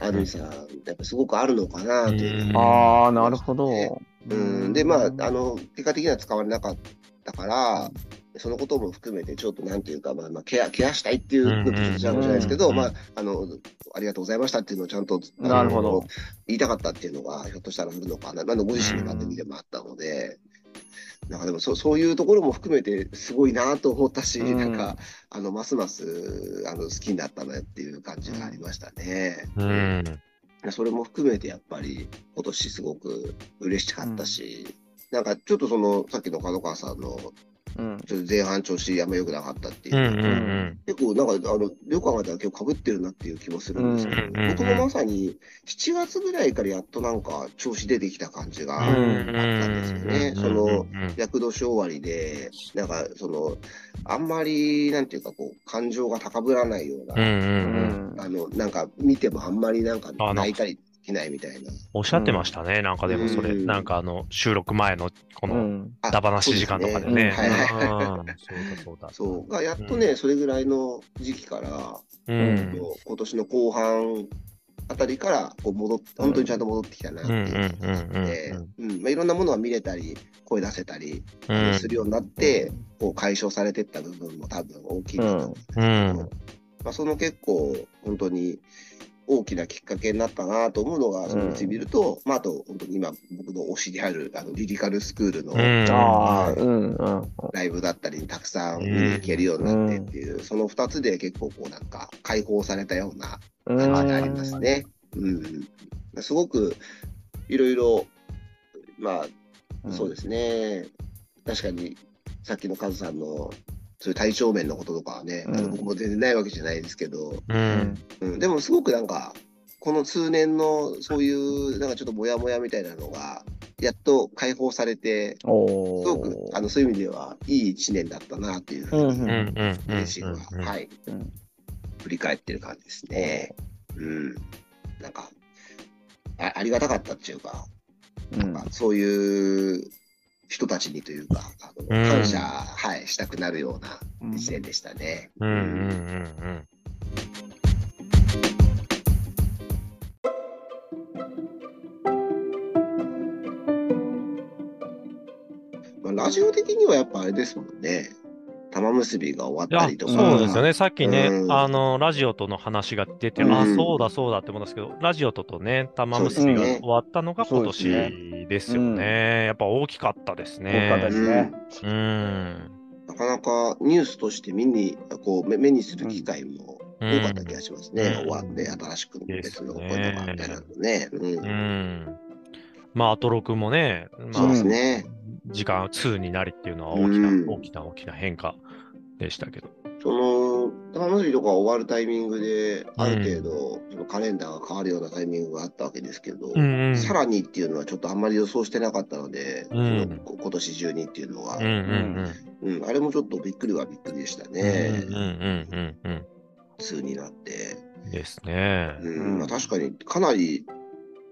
[SPEAKER 1] アミさん、やっぱすごくあるのかなというう。
[SPEAKER 3] ん
[SPEAKER 2] ああ、なるほど。
[SPEAKER 1] うん、で、まあ、あの、結果的には使われなかったから、そのことも含めて、ちょっとなんていうか、まあ、まあ、ケア、ケアしたいっていうのもちょっと違うかもしれないですけ
[SPEAKER 3] うん
[SPEAKER 1] ど、
[SPEAKER 3] うんうん
[SPEAKER 1] まあ、あの、ありがとうございましたっていうのをちゃんと、あの
[SPEAKER 2] なるほど。
[SPEAKER 1] 言いたかったっていうのが、ひょっとしたらあるのかな、まあ、ご自身の番組でもあったので、なんかでもそ、そういうところも含めて、すごいなと思ったし、
[SPEAKER 2] うん
[SPEAKER 1] なんか、あの、ますます、あの、好きになったなっていう感じがありましたね。
[SPEAKER 3] うん
[SPEAKER 1] それも含めてやっぱり今年すごく嬉しかったし、なんかちょっとそのさっきの角川さんの
[SPEAKER 2] うん。
[SPEAKER 1] ちょっと前半調子あんま良くなかったっていうう、
[SPEAKER 3] んうん
[SPEAKER 1] 結構なんかあのよく考えたら結構かぶってるなっていう気もするんですけど、
[SPEAKER 3] うんうんうん
[SPEAKER 1] 僕もまさに7月ぐらいからやっとなんか調子出てきた感じがあっ
[SPEAKER 3] うん
[SPEAKER 1] たんですよね。その厄年終わりで、なんかその、あんまり、なんていうか、こう、感情が高ぶらないような、
[SPEAKER 3] うん
[SPEAKER 2] う
[SPEAKER 3] う
[SPEAKER 2] ん
[SPEAKER 3] うん
[SPEAKER 2] ん。
[SPEAKER 1] あの、なんか見てもあんまりなんか
[SPEAKER 3] あなんか
[SPEAKER 1] 泣いたりできないみたいな。
[SPEAKER 3] おっしゃってましたね、なんかでもそれ、
[SPEAKER 1] うん
[SPEAKER 3] なんかあの収録前のこ
[SPEAKER 2] う
[SPEAKER 3] の
[SPEAKER 2] ん。
[SPEAKER 1] あ
[SPEAKER 3] ダバなし時間とかで
[SPEAKER 1] そう
[SPEAKER 3] ね。
[SPEAKER 1] すはいはい
[SPEAKER 3] うんそうだそ
[SPEAKER 1] そ
[SPEAKER 3] う
[SPEAKER 1] うがやっとね、それぐらいの時期から、
[SPEAKER 3] だ。う
[SPEAKER 1] あ
[SPEAKER 3] ん
[SPEAKER 1] の今年の後半あたりからこう戻って、本当にちゃんと戻ってきたなっていう感じがあって
[SPEAKER 3] うん
[SPEAKER 1] うんまあいろんなものが見れたり、声出せたり
[SPEAKER 3] うん
[SPEAKER 1] するようになって、こう解消されてった部分も多分大きいなと思うんですけ
[SPEAKER 3] う
[SPEAKER 1] ど、
[SPEAKER 3] ん
[SPEAKER 1] まあ、その結構、本当に大きなきっかけになったなと思うのが、そのうち見ると、まあ、あと本当に今、僕の推しにあるあのリリカルスクールの、
[SPEAKER 3] うん
[SPEAKER 2] ああ、うん。うん。
[SPEAKER 1] ライブだったりにたくさん見に行けるようになってっていう、その2つで結構こうなんか解放されたような
[SPEAKER 2] うん。。
[SPEAKER 1] 感じありますね。うん、すごくいろいろまあそうですすね、確かにさっきのカズさんのそういう体調面のこととかはね、
[SPEAKER 2] うん
[SPEAKER 1] あの僕も全然ないわけじゃないですけど、
[SPEAKER 3] う
[SPEAKER 2] うんん。
[SPEAKER 1] うん、でもすごくなんかこの通年のそういうなんかちょっとモヤモヤみたいなのがやっと解放されて
[SPEAKER 2] おお。
[SPEAKER 1] すごくあのそういう意味ではいい1年だったなっていうふ
[SPEAKER 2] う
[SPEAKER 1] うんに
[SPEAKER 2] う
[SPEAKER 3] うん
[SPEAKER 2] ん。
[SPEAKER 3] うんうん
[SPEAKER 1] 自身は、はい、
[SPEAKER 2] うん
[SPEAKER 1] 振り返ってる感じですね。うん、なんかあありがたかったっていうか、
[SPEAKER 2] うん
[SPEAKER 1] まあ、そういう人たちにというか、あの
[SPEAKER 3] うん
[SPEAKER 1] 感謝、はい、したくなるような
[SPEAKER 2] うん
[SPEAKER 1] 一年でしたね。
[SPEAKER 3] うんうんうん
[SPEAKER 1] まあ、ラジオ的にはやっぱあれですもんね。玉結びが終
[SPEAKER 3] い
[SPEAKER 1] わっ
[SPEAKER 3] や
[SPEAKER 1] たりとか。
[SPEAKER 3] そうですよね、さっきね、
[SPEAKER 1] うん
[SPEAKER 3] あのラジオとの話が出て、
[SPEAKER 1] うん
[SPEAKER 3] あそうだそうだって思うんですけど、ラジオととね、玉結びが
[SPEAKER 1] そうですね
[SPEAKER 3] 終わったのが今年ですよ
[SPEAKER 2] そうです
[SPEAKER 3] ね。やっぱ大きかったですね。
[SPEAKER 2] 大きかったですね
[SPEAKER 3] うん
[SPEAKER 1] うんなかなかニュースとして見にこう目目にする機会も多かった気がしますね。
[SPEAKER 3] う
[SPEAKER 1] 終
[SPEAKER 3] ん
[SPEAKER 1] わって新しく別のこう
[SPEAKER 3] で
[SPEAKER 1] い
[SPEAKER 3] す
[SPEAKER 1] う
[SPEAKER 3] ね
[SPEAKER 1] のがあったりなのね。うん
[SPEAKER 3] うん。まあ、アトロクもね、
[SPEAKER 1] そう
[SPEAKER 3] ま
[SPEAKER 1] で
[SPEAKER 3] あ、
[SPEAKER 1] すね。
[SPEAKER 3] 時間2になりっていうのは大きな、
[SPEAKER 1] うん
[SPEAKER 3] 大きな大きな変化でしたけど。
[SPEAKER 1] その玉結びとか終わるタイミングである程度、そのカレンダーが変わるようなタイミングがあったわけですけど、
[SPEAKER 3] うんうん
[SPEAKER 1] さらにっていうのはちょっとあんまり予想してなかったので、
[SPEAKER 3] うん
[SPEAKER 1] そのこ今年中にっていうのは、
[SPEAKER 3] うんうん
[SPEAKER 1] うんあれもちょっとびっくりはびっくりでした
[SPEAKER 3] うん。うん
[SPEAKER 1] ね、
[SPEAKER 3] うんうんうん
[SPEAKER 1] 通になって、
[SPEAKER 3] うん。ですね。
[SPEAKER 1] うん
[SPEAKER 2] うん
[SPEAKER 1] まあ、確かにかなり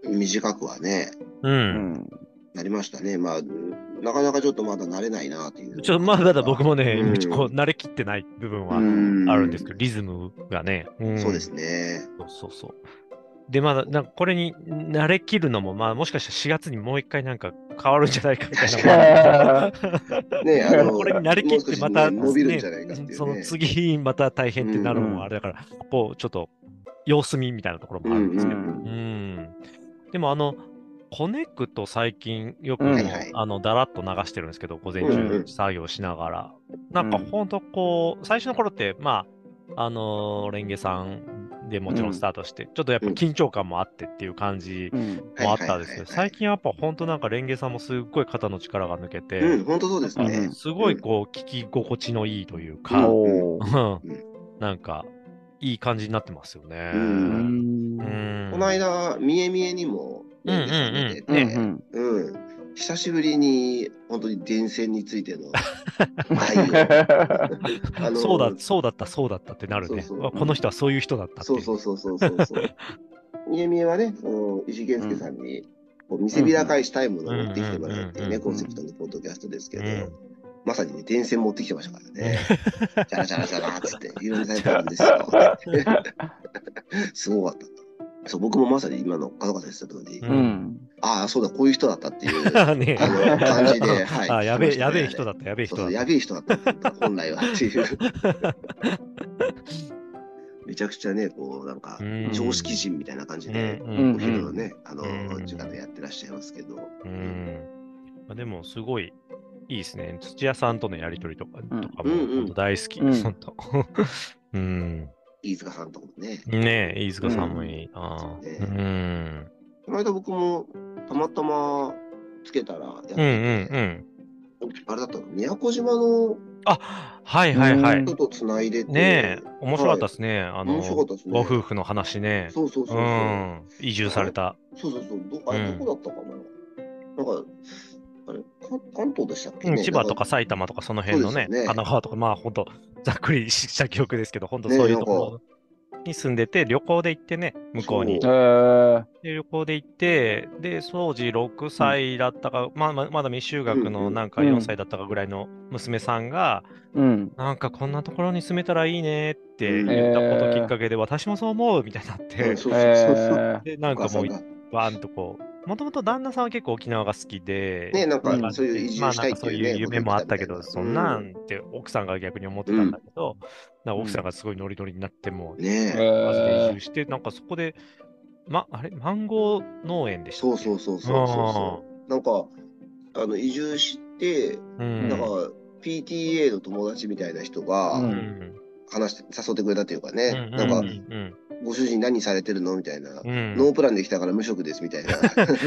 [SPEAKER 1] 短くはね
[SPEAKER 3] う。
[SPEAKER 2] うんん。
[SPEAKER 1] なりましたねまあうんなかなかちょっとまだ慣れないなっていう
[SPEAKER 3] ちょっとまあまだ僕もね、
[SPEAKER 1] うん
[SPEAKER 3] こう慣れきってない部分は
[SPEAKER 1] うん
[SPEAKER 3] あるんですけど、リズムがね。うん
[SPEAKER 1] そうですね
[SPEAKER 3] そうそうそう。で、まだ、なんかこれに慣れきるのも、まあもしかしたら4月にもう一回なんか変わるんじゃないかみたいな。
[SPEAKER 1] 確か *laughs* ねあの
[SPEAKER 3] これに慣れきっ
[SPEAKER 1] もう少
[SPEAKER 3] て
[SPEAKER 1] し
[SPEAKER 3] また、
[SPEAKER 1] ね
[SPEAKER 3] ね
[SPEAKER 1] 伸びるんじゃないかっていう、ね、
[SPEAKER 3] その次また大変ってなるのもあれだから、こうちょっと様子見みたいなところもあるんですけど、
[SPEAKER 2] うん
[SPEAKER 3] うんでもあのコネクト最近よく、
[SPEAKER 2] うん
[SPEAKER 1] はいはい
[SPEAKER 3] あのだらっと流してるんですけど午前
[SPEAKER 1] うんう
[SPEAKER 3] 中
[SPEAKER 1] ん
[SPEAKER 3] 作業しながら、なんか
[SPEAKER 2] うん
[SPEAKER 3] ほんとこう最初の頃ってまああのーレンゲさんでもちろんスタートして、ちょっとやっぱ緊張感もあってっていう感じ
[SPEAKER 2] うん。
[SPEAKER 1] はい
[SPEAKER 3] もあ
[SPEAKER 1] は
[SPEAKER 3] っ
[SPEAKER 1] いはいはい
[SPEAKER 3] たんですけど、最近やっぱほんとなんかレンゲさんもすっごい肩の力が抜けて、
[SPEAKER 1] うん本当そうですね、
[SPEAKER 2] うん
[SPEAKER 3] すごいこう聞き心地のいいというか、
[SPEAKER 1] うん
[SPEAKER 2] おお。
[SPEAKER 3] うん
[SPEAKER 1] うん
[SPEAKER 3] *laughs* なんか、いい感じになってますよね。
[SPEAKER 1] うん
[SPEAKER 3] うん
[SPEAKER 1] この、間、みえみえにも、
[SPEAKER 3] うんうんうん
[SPEAKER 1] 出て
[SPEAKER 2] うんう
[SPEAKER 1] て、
[SPEAKER 2] *laughs* ん。
[SPEAKER 1] うん久しぶりに、本当に電線について
[SPEAKER 3] *laughs*
[SPEAKER 1] の愛を。
[SPEAKER 2] う
[SPEAKER 1] あの
[SPEAKER 3] そうだ、そうだった、そうだったってなるね。
[SPEAKER 1] そうそう
[SPEAKER 3] うわこの人はそういう人だったってい。
[SPEAKER 1] そううそうそうそうそう
[SPEAKER 3] *laughs*
[SPEAKER 1] そう。みえみえはね、その石井健介さんに、こう見せびらかいしたいものを持ってきてもらうっていう
[SPEAKER 3] うんうんうんう
[SPEAKER 1] ね、
[SPEAKER 3] ん
[SPEAKER 1] コンセプトのポッドキャストですけど、まさにね、電線持ってきてましたからね。 *laughs* じゃらじゃらじゃらっつって、いろんなタイプあるんですよ。 *laughs* すごかった。そう、僕もまさに今の角川先生の通り、
[SPEAKER 3] うん、
[SPEAKER 2] うん。
[SPEAKER 1] ああ、そうだ、こういう人だったっていう
[SPEAKER 3] *laughs* ね
[SPEAKER 1] あの、感じ
[SPEAKER 3] *laughs*
[SPEAKER 1] で、はい。
[SPEAKER 3] あやべえ、やべえ
[SPEAKER 1] 聞きましたね
[SPEAKER 3] 人だった、やべえ人
[SPEAKER 1] そうそう
[SPEAKER 3] だっ
[SPEAKER 1] やべえ人だった本来はって
[SPEAKER 3] *laughs*
[SPEAKER 1] いうめちゃくちゃねこうなんか
[SPEAKER 3] うん
[SPEAKER 1] 常識人みたいな感じ
[SPEAKER 3] た。
[SPEAKER 1] で、
[SPEAKER 3] うん
[SPEAKER 2] うん
[SPEAKER 1] お昼のね、あの
[SPEAKER 3] うん
[SPEAKER 1] 時間でやってらっしゃいますけど、
[SPEAKER 3] うんまあ、でも、すごいいいですね。土屋さんとのやりとりとか
[SPEAKER 2] うん
[SPEAKER 3] とか
[SPEAKER 1] うんうん
[SPEAKER 3] も、本当大好き。
[SPEAKER 2] うん
[SPEAKER 3] 本当 *laughs* うん。
[SPEAKER 1] 飯塚さんとかもね
[SPEAKER 3] ねえ、飯塚さんもいいな。
[SPEAKER 1] うん
[SPEAKER 3] うん。
[SPEAKER 1] この間僕もたまたまつけたらやってて、
[SPEAKER 3] うんうんうん。
[SPEAKER 1] あれだったの宮古島の
[SPEAKER 3] あはいはいは
[SPEAKER 2] う
[SPEAKER 3] い
[SPEAKER 2] ん。
[SPEAKER 1] 人とつないでて、
[SPEAKER 3] ねえ、面白かったですね。あの
[SPEAKER 1] 面白かったですね
[SPEAKER 3] ご夫婦の話ね。
[SPEAKER 1] そうそうそうそう、
[SPEAKER 3] うん。移住された。
[SPEAKER 1] そうそうそうどあれ
[SPEAKER 3] うん
[SPEAKER 1] どこだったかな、なんかあれか関東でしたっけ、
[SPEAKER 3] うん
[SPEAKER 1] ね、
[SPEAKER 3] 千葉と
[SPEAKER 1] な
[SPEAKER 3] か
[SPEAKER 1] ん
[SPEAKER 3] 埼玉とかその辺のね
[SPEAKER 1] そうですよね
[SPEAKER 3] 神奈川とかまあ本当ざっくりした記憶ですけど本当そういうところに住んでて旅行で行ってね向こうに
[SPEAKER 2] へ
[SPEAKER 1] そ
[SPEAKER 2] ー
[SPEAKER 3] で旅行で行ってで当時6歳だったか、まあまあまだ未就学
[SPEAKER 1] うんう
[SPEAKER 3] の
[SPEAKER 1] ん
[SPEAKER 3] なんか4歳だったかぐらいの娘さんが、
[SPEAKER 2] うん。
[SPEAKER 3] なんかこんなところに住めたらいいねって
[SPEAKER 1] うん
[SPEAKER 3] 言ったこときっかけで、私もそう思うみたいになって、
[SPEAKER 1] うんそうそうそうそう、
[SPEAKER 2] へ
[SPEAKER 3] でなん
[SPEAKER 1] お母
[SPEAKER 3] か
[SPEAKER 1] さ
[SPEAKER 3] もうん
[SPEAKER 1] が
[SPEAKER 3] バーンとこうもともと旦那さんは結構沖縄が好きで、
[SPEAKER 1] ねなんか
[SPEAKER 2] うん
[SPEAKER 1] そういう移
[SPEAKER 3] まあ
[SPEAKER 1] 住し
[SPEAKER 3] な
[SPEAKER 1] た
[SPEAKER 3] ん
[SPEAKER 1] い
[SPEAKER 3] か
[SPEAKER 1] って
[SPEAKER 3] そう
[SPEAKER 1] いう,、ね
[SPEAKER 3] いう夢もあったけど、そんな
[SPEAKER 1] ね
[SPEAKER 3] んって奥さんが逆に思ってたんだけど、なんか奥さんがすごいノリノリになってもう、
[SPEAKER 1] うんねえ、
[SPEAKER 3] マジで移
[SPEAKER 2] え
[SPEAKER 3] 住。して、なんかそこで、ま、あれ、マンゴー農園でした
[SPEAKER 1] そう
[SPEAKER 3] っけ
[SPEAKER 1] そうそうそうそうそうなんかあの移住して、
[SPEAKER 3] う
[SPEAKER 1] なんか
[SPEAKER 3] ん。
[SPEAKER 1] PTA の友達みたいな人
[SPEAKER 2] う
[SPEAKER 3] うん
[SPEAKER 1] が
[SPEAKER 2] ん
[SPEAKER 1] 話して誘ってくれたというか
[SPEAKER 3] う
[SPEAKER 1] ね、
[SPEAKER 3] ん
[SPEAKER 1] なん
[SPEAKER 3] う
[SPEAKER 1] か
[SPEAKER 3] ん
[SPEAKER 1] ご主人何されてるのみたいな、
[SPEAKER 3] うんうん
[SPEAKER 1] ノープランできたから無職ですみ
[SPEAKER 3] *laughs*
[SPEAKER 1] たいな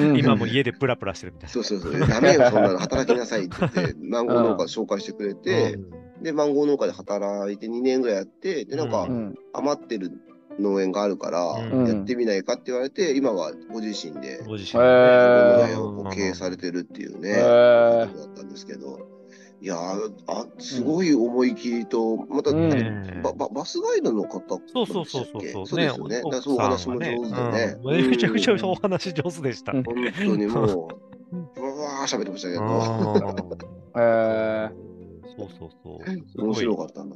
[SPEAKER 2] うん
[SPEAKER 3] 今も家でプラプラしてるみたいな。
[SPEAKER 1] そうそうそうダメよそんなの働きなさいって言ってマンゴー農家紹介してくれて、でマンゴー農家で働いて2年ぐらいやってでなんか
[SPEAKER 2] うん。
[SPEAKER 1] 余ってる農園があるから、
[SPEAKER 3] うん
[SPEAKER 1] やってみないかって言われて今はご自身で
[SPEAKER 3] ご自身
[SPEAKER 2] へー
[SPEAKER 1] 農園をこう経営されてるっていうね、
[SPEAKER 2] へー
[SPEAKER 1] ことだったんですけど、いやーあすごい思い切りと、また、
[SPEAKER 2] うん
[SPEAKER 1] あれ
[SPEAKER 3] ね
[SPEAKER 1] バババスガイドの方
[SPEAKER 3] そうそうそう
[SPEAKER 1] でした
[SPEAKER 3] そう
[SPEAKER 1] っけ
[SPEAKER 3] そ
[SPEAKER 1] そうう
[SPEAKER 3] ね
[SPEAKER 1] ですよね。だから
[SPEAKER 3] 奥
[SPEAKER 1] そうお話
[SPEAKER 3] さん
[SPEAKER 1] も上
[SPEAKER 3] はね
[SPEAKER 1] 手でね。
[SPEAKER 3] うんめちゃくちゃ
[SPEAKER 1] うん
[SPEAKER 3] お話上手でした。
[SPEAKER 2] うん
[SPEAKER 3] *laughs*
[SPEAKER 1] 本当にもう、ぶわー喋ってましたけど、
[SPEAKER 3] あ
[SPEAKER 2] へー
[SPEAKER 3] ーそうそうそう。すごい
[SPEAKER 1] 面白かったな。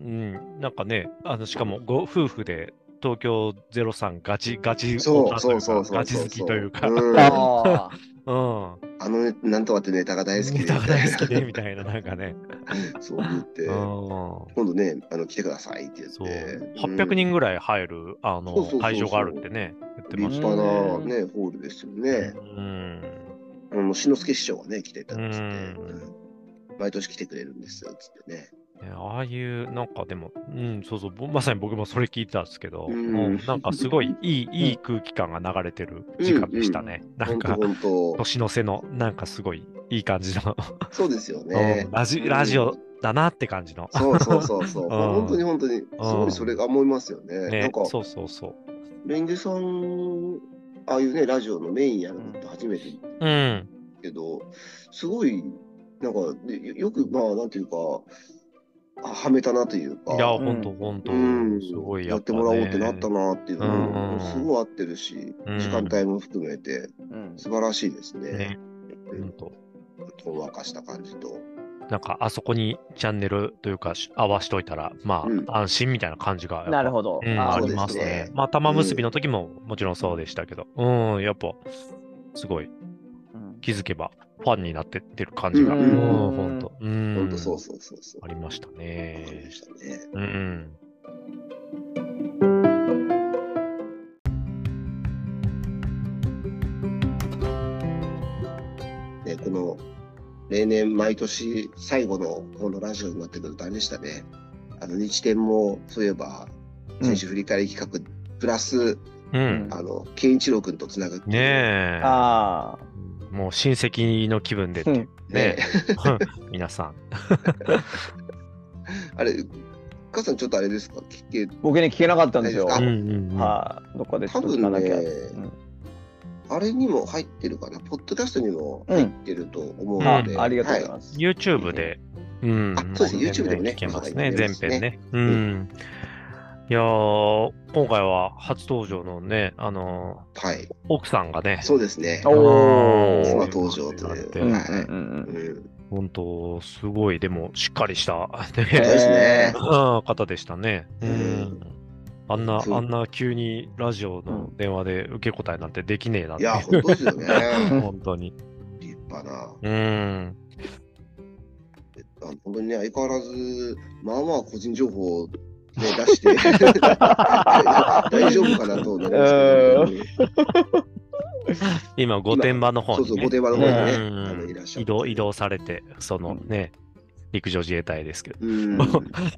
[SPEAKER 3] うん、なんかね、あのしかもご夫婦で東京03ガチガチ
[SPEAKER 1] そうそうそうそうそう。
[SPEAKER 3] ガチ好きというか、うん
[SPEAKER 1] うんあ
[SPEAKER 2] ああ。
[SPEAKER 1] の、なんとかってネタが大好き
[SPEAKER 3] ネ
[SPEAKER 1] で。
[SPEAKER 3] タが大好きでみたいな、なん
[SPEAKER 1] *laughs*
[SPEAKER 3] かね、
[SPEAKER 1] そう言って、
[SPEAKER 3] うん、
[SPEAKER 1] 今度ね、あの来てくださいって言っ
[SPEAKER 3] そう
[SPEAKER 1] て。
[SPEAKER 3] 800人ぐらい入るあ
[SPEAKER 1] そうそうそうそ
[SPEAKER 3] の
[SPEAKER 1] う
[SPEAKER 3] 会場があるってね、言って
[SPEAKER 1] うん
[SPEAKER 3] ま
[SPEAKER 1] 立
[SPEAKER 3] し
[SPEAKER 1] 派なね、ホールですよ
[SPEAKER 3] た
[SPEAKER 1] ね。
[SPEAKER 3] うん
[SPEAKER 1] あの、志の輔師匠がね、来てたんですって。
[SPEAKER 3] うん
[SPEAKER 1] うん毎年来てくれるんですよ、つってね。
[SPEAKER 3] ねああいう、なんかでも、うん、そうそう、ぼまさに僕もそれ聞いたんですけど、
[SPEAKER 1] うん
[SPEAKER 3] うんなんかすごいいい、いい空気感が流れてる時間でしたね。な
[SPEAKER 1] ほ
[SPEAKER 3] ん
[SPEAKER 1] んと
[SPEAKER 3] か、
[SPEAKER 1] ほんと。
[SPEAKER 3] 年の瀬の、なんかすごいいい感じの、
[SPEAKER 1] そうですよね
[SPEAKER 3] *laughs* うん。ラジ
[SPEAKER 1] うん
[SPEAKER 3] ラジオだなって感じの。
[SPEAKER 1] そうそうそうそう。
[SPEAKER 3] ん
[SPEAKER 1] 本当に本当に、すごいそれが思いますよね。な
[SPEAKER 3] ね
[SPEAKER 1] んか、、
[SPEAKER 3] そうそうそう。
[SPEAKER 1] レンゲさん、ああいうね、ラジオのメインやるのって初めてだ
[SPEAKER 3] うん。
[SPEAKER 1] けど、すごい、なんか、でよよく、まあ、なんていうか、あはめたなというか、
[SPEAKER 3] いや、
[SPEAKER 2] ん
[SPEAKER 3] ほんとほんと。
[SPEAKER 1] うん、
[SPEAKER 3] すごい
[SPEAKER 1] や
[SPEAKER 3] や
[SPEAKER 1] ってもらおうってなった
[SPEAKER 3] の。
[SPEAKER 1] なっていう
[SPEAKER 3] う
[SPEAKER 1] の
[SPEAKER 3] ん
[SPEAKER 1] も、すごい合ってるし、
[SPEAKER 3] うん
[SPEAKER 1] 時間帯も含めて、
[SPEAKER 2] うん
[SPEAKER 1] 素晴らしいですね。
[SPEAKER 3] ねほ
[SPEAKER 1] うん
[SPEAKER 3] んと。
[SPEAKER 1] ほんわかした感じと。
[SPEAKER 3] なんか、あそこにチャンネルというか、し合わしといたら、ま
[SPEAKER 1] うん
[SPEAKER 3] あ、安心みたいな感じが。
[SPEAKER 2] なるほど。
[SPEAKER 3] うん、
[SPEAKER 2] あ
[SPEAKER 3] あ
[SPEAKER 2] ー
[SPEAKER 3] ります
[SPEAKER 1] そうで
[SPEAKER 3] ね。
[SPEAKER 1] すね
[SPEAKER 3] まあ、玉結びの時ももちろんそうでしたけど、うん、やっぱ、すごい
[SPEAKER 2] うん
[SPEAKER 3] 気づけばファンになってってる感じが、う、
[SPEAKER 1] うんん
[SPEAKER 3] ほんと、う
[SPEAKER 1] ほ
[SPEAKER 3] ん
[SPEAKER 1] んと、そうそうそうそう。
[SPEAKER 3] ありました
[SPEAKER 1] わかりま
[SPEAKER 3] ね。
[SPEAKER 1] したね。
[SPEAKER 3] うん。
[SPEAKER 1] ね、この例年毎年最後のこのラジオになってくるとあれでしたね。あの日展もそういえば
[SPEAKER 2] うん
[SPEAKER 1] 選手振り返り企画、プラス
[SPEAKER 3] うん。
[SPEAKER 1] あの健一郎君とつなぐっていう
[SPEAKER 3] ねえ。
[SPEAKER 2] ああ。
[SPEAKER 3] もう親戚の気分でっていうね
[SPEAKER 1] ね。
[SPEAKER 3] *laughs* 皆さん。
[SPEAKER 1] あれ母さんちょっとあれですか聞け
[SPEAKER 2] 僕ね、聞けなかったんですよ。
[SPEAKER 1] あ
[SPEAKER 2] は
[SPEAKER 3] うん
[SPEAKER 2] い、
[SPEAKER 3] うんうん。
[SPEAKER 2] どっかでちょっと聞かなきゃ。
[SPEAKER 1] 多分ねあれにも入ってるかなポッドキャストにも
[SPEAKER 2] うん。うん
[SPEAKER 1] 入ってると思うの
[SPEAKER 2] あ
[SPEAKER 1] で、
[SPEAKER 2] ありがとうござい
[SPEAKER 1] は
[SPEAKER 2] ます。
[SPEAKER 3] YouTube で。うん
[SPEAKER 1] あ。そうですね
[SPEAKER 3] も
[SPEAKER 1] YouTube でもね
[SPEAKER 3] 全然聞けますね。
[SPEAKER 1] まだ見
[SPEAKER 3] 全
[SPEAKER 1] れ
[SPEAKER 3] 編
[SPEAKER 1] ます
[SPEAKER 3] ね。うん。いやー、今回は初登場のね、あの
[SPEAKER 1] い、はい、
[SPEAKER 3] ー、奥さんがね、
[SPEAKER 1] そうですね
[SPEAKER 2] おー
[SPEAKER 3] うん
[SPEAKER 1] 妻登場という
[SPEAKER 3] なって
[SPEAKER 2] うん
[SPEAKER 1] はい
[SPEAKER 2] うんうん
[SPEAKER 1] うん
[SPEAKER 3] 本当、すごい、でも、しっかりした、
[SPEAKER 1] そう
[SPEAKER 3] ね
[SPEAKER 1] ですね。
[SPEAKER 3] うん *laughs* 方でしたね。
[SPEAKER 1] うん
[SPEAKER 3] あんな、
[SPEAKER 1] そう
[SPEAKER 3] あんな急にラジオの電話で受け答えなんてできねえなっ
[SPEAKER 1] い
[SPEAKER 3] *laughs* て。
[SPEAKER 1] や、本当ですよね。
[SPEAKER 3] 本当に。
[SPEAKER 1] 立派な。
[SPEAKER 3] うん。
[SPEAKER 1] あの本当にね、相変わらず、まあまあ個人情報、ね、出
[SPEAKER 3] *laughs*
[SPEAKER 1] して、大丈夫かなと思うんですけど、
[SPEAKER 3] 今、御殿場の方
[SPEAKER 1] そう
[SPEAKER 3] に
[SPEAKER 1] そう、
[SPEAKER 3] ね、
[SPEAKER 1] 御殿場の方にね、
[SPEAKER 3] うん
[SPEAKER 1] あのいらっしゃって
[SPEAKER 3] 移動、移。動されて、そのね、陸上自衛隊ですけど、
[SPEAKER 1] うん。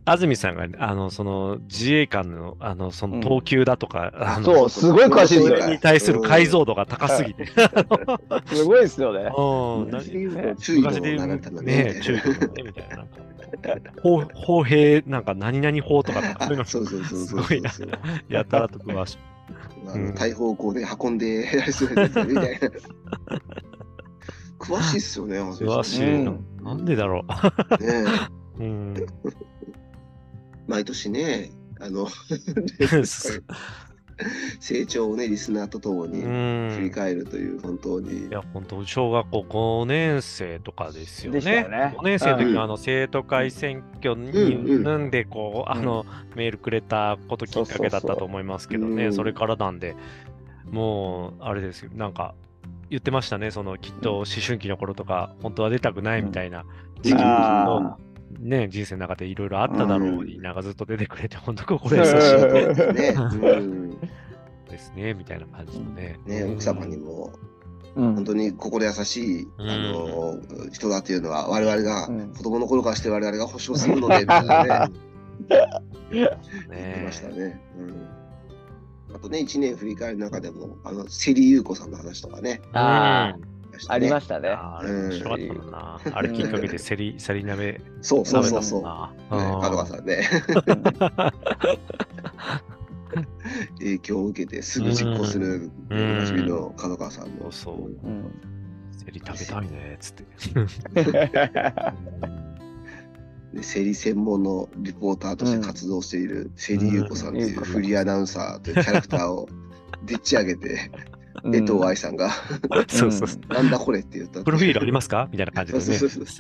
[SPEAKER 3] 安住さんが、あの、その自衛官の、あの、そ
[SPEAKER 2] うん
[SPEAKER 3] の等級だとか、あの
[SPEAKER 2] そうすごい詳しいですよね
[SPEAKER 3] それに対する解像度が高すぎて、
[SPEAKER 2] すごいですよね。
[SPEAKER 3] うん
[SPEAKER 1] 昔で
[SPEAKER 3] 何
[SPEAKER 1] 言うと
[SPEAKER 3] ね
[SPEAKER 1] 注意の
[SPEAKER 3] 昔で言う
[SPEAKER 1] 習ったの
[SPEAKER 3] ね
[SPEAKER 1] ね。
[SPEAKER 3] 注意の習ったみたいな。なんか法法兵、なんか何々法とか、
[SPEAKER 1] あ
[SPEAKER 3] そういう
[SPEAKER 1] *laughs*
[SPEAKER 3] の
[SPEAKER 1] そうそうそう
[SPEAKER 3] す
[SPEAKER 1] そう
[SPEAKER 3] ご
[SPEAKER 1] そ
[SPEAKER 3] いうな。やたらと詳しい。
[SPEAKER 1] あの大砲をこうね、運んで、そうですねみたい
[SPEAKER 3] *laughs*
[SPEAKER 1] な。詳しいっすよね、安住さん
[SPEAKER 3] 詳しいの。なんでだろ
[SPEAKER 1] ね
[SPEAKER 3] う。うん。
[SPEAKER 1] 毎年ね、あの、成長をね、リスナーとともに
[SPEAKER 3] *laughs* う
[SPEAKER 1] 振り
[SPEAKER 3] ん。
[SPEAKER 1] 返るという、本当に
[SPEAKER 3] い。や、本当小学校5年生とかですよね。
[SPEAKER 2] でしたよね
[SPEAKER 3] 5年生の時
[SPEAKER 1] うん
[SPEAKER 3] のあの生徒会選挙に、
[SPEAKER 1] うんう
[SPEAKER 3] なんでこう、
[SPEAKER 2] うん
[SPEAKER 3] あの、メールくれたこときっかけだったと思いますけどね、
[SPEAKER 1] そ
[SPEAKER 3] そ
[SPEAKER 1] うそうそううん
[SPEAKER 3] れからなんで、もう、あれですよ、なんか、言ってましたね、その、きっと思春期の頃とか、本当は出たくないみたいな時期
[SPEAKER 1] うん
[SPEAKER 3] の
[SPEAKER 2] あ、
[SPEAKER 3] ね、人生の中でいろいろあっただろ
[SPEAKER 1] う
[SPEAKER 3] うんに、なんかずっと出てくれて、本当こ
[SPEAKER 2] う
[SPEAKER 3] れ
[SPEAKER 2] ん
[SPEAKER 3] 優しい
[SPEAKER 1] そうですね。うん
[SPEAKER 3] ですね、みたいな感じのね。
[SPEAKER 1] ね、
[SPEAKER 3] うん
[SPEAKER 1] 奥様にも
[SPEAKER 2] ーうん
[SPEAKER 1] 本当に心優しい、
[SPEAKER 3] うん
[SPEAKER 1] あの人だというのは我々が、
[SPEAKER 2] うん
[SPEAKER 1] 子供の頃からして我々が保証するのでみたい
[SPEAKER 3] *laughs*
[SPEAKER 1] なね言ってました
[SPEAKER 3] ね
[SPEAKER 1] ね。うん、あとね1年振り返る中でもあのセリ優子さんの話とかね。
[SPEAKER 2] あーありま
[SPEAKER 1] し
[SPEAKER 2] した
[SPEAKER 3] ね
[SPEAKER 2] ね。
[SPEAKER 3] あれ面白かったもんな。あれきっかけでセリ、セリ鍋
[SPEAKER 1] たね。そうそ
[SPEAKER 3] 食
[SPEAKER 1] う
[SPEAKER 3] べ
[SPEAKER 1] そ
[SPEAKER 3] た
[SPEAKER 1] う
[SPEAKER 3] も
[SPEAKER 1] そ
[SPEAKER 3] ん
[SPEAKER 1] う。ね、
[SPEAKER 3] な。
[SPEAKER 1] 角川
[SPEAKER 3] うん
[SPEAKER 1] さん
[SPEAKER 3] *laughs*
[SPEAKER 1] ね影響を受けてすぐ実行するおなじみの角川さん
[SPEAKER 3] そ
[SPEAKER 1] の
[SPEAKER 3] うそう。
[SPEAKER 2] うん
[SPEAKER 3] セリ食べたいね、つって。
[SPEAKER 1] でセリ専門のリポーターとして活動しているセリ優子さんというフリーアナウンサーというキャラクターをでっち上げ
[SPEAKER 3] *laughs*
[SPEAKER 1] て、江藤愛さんが
[SPEAKER 3] そうそうそ
[SPEAKER 1] 「
[SPEAKER 3] う。
[SPEAKER 1] なんだこれ」って言った
[SPEAKER 3] プロフィールありますかみたいな感じでね。
[SPEAKER 1] そうそう
[SPEAKER 3] *laughs*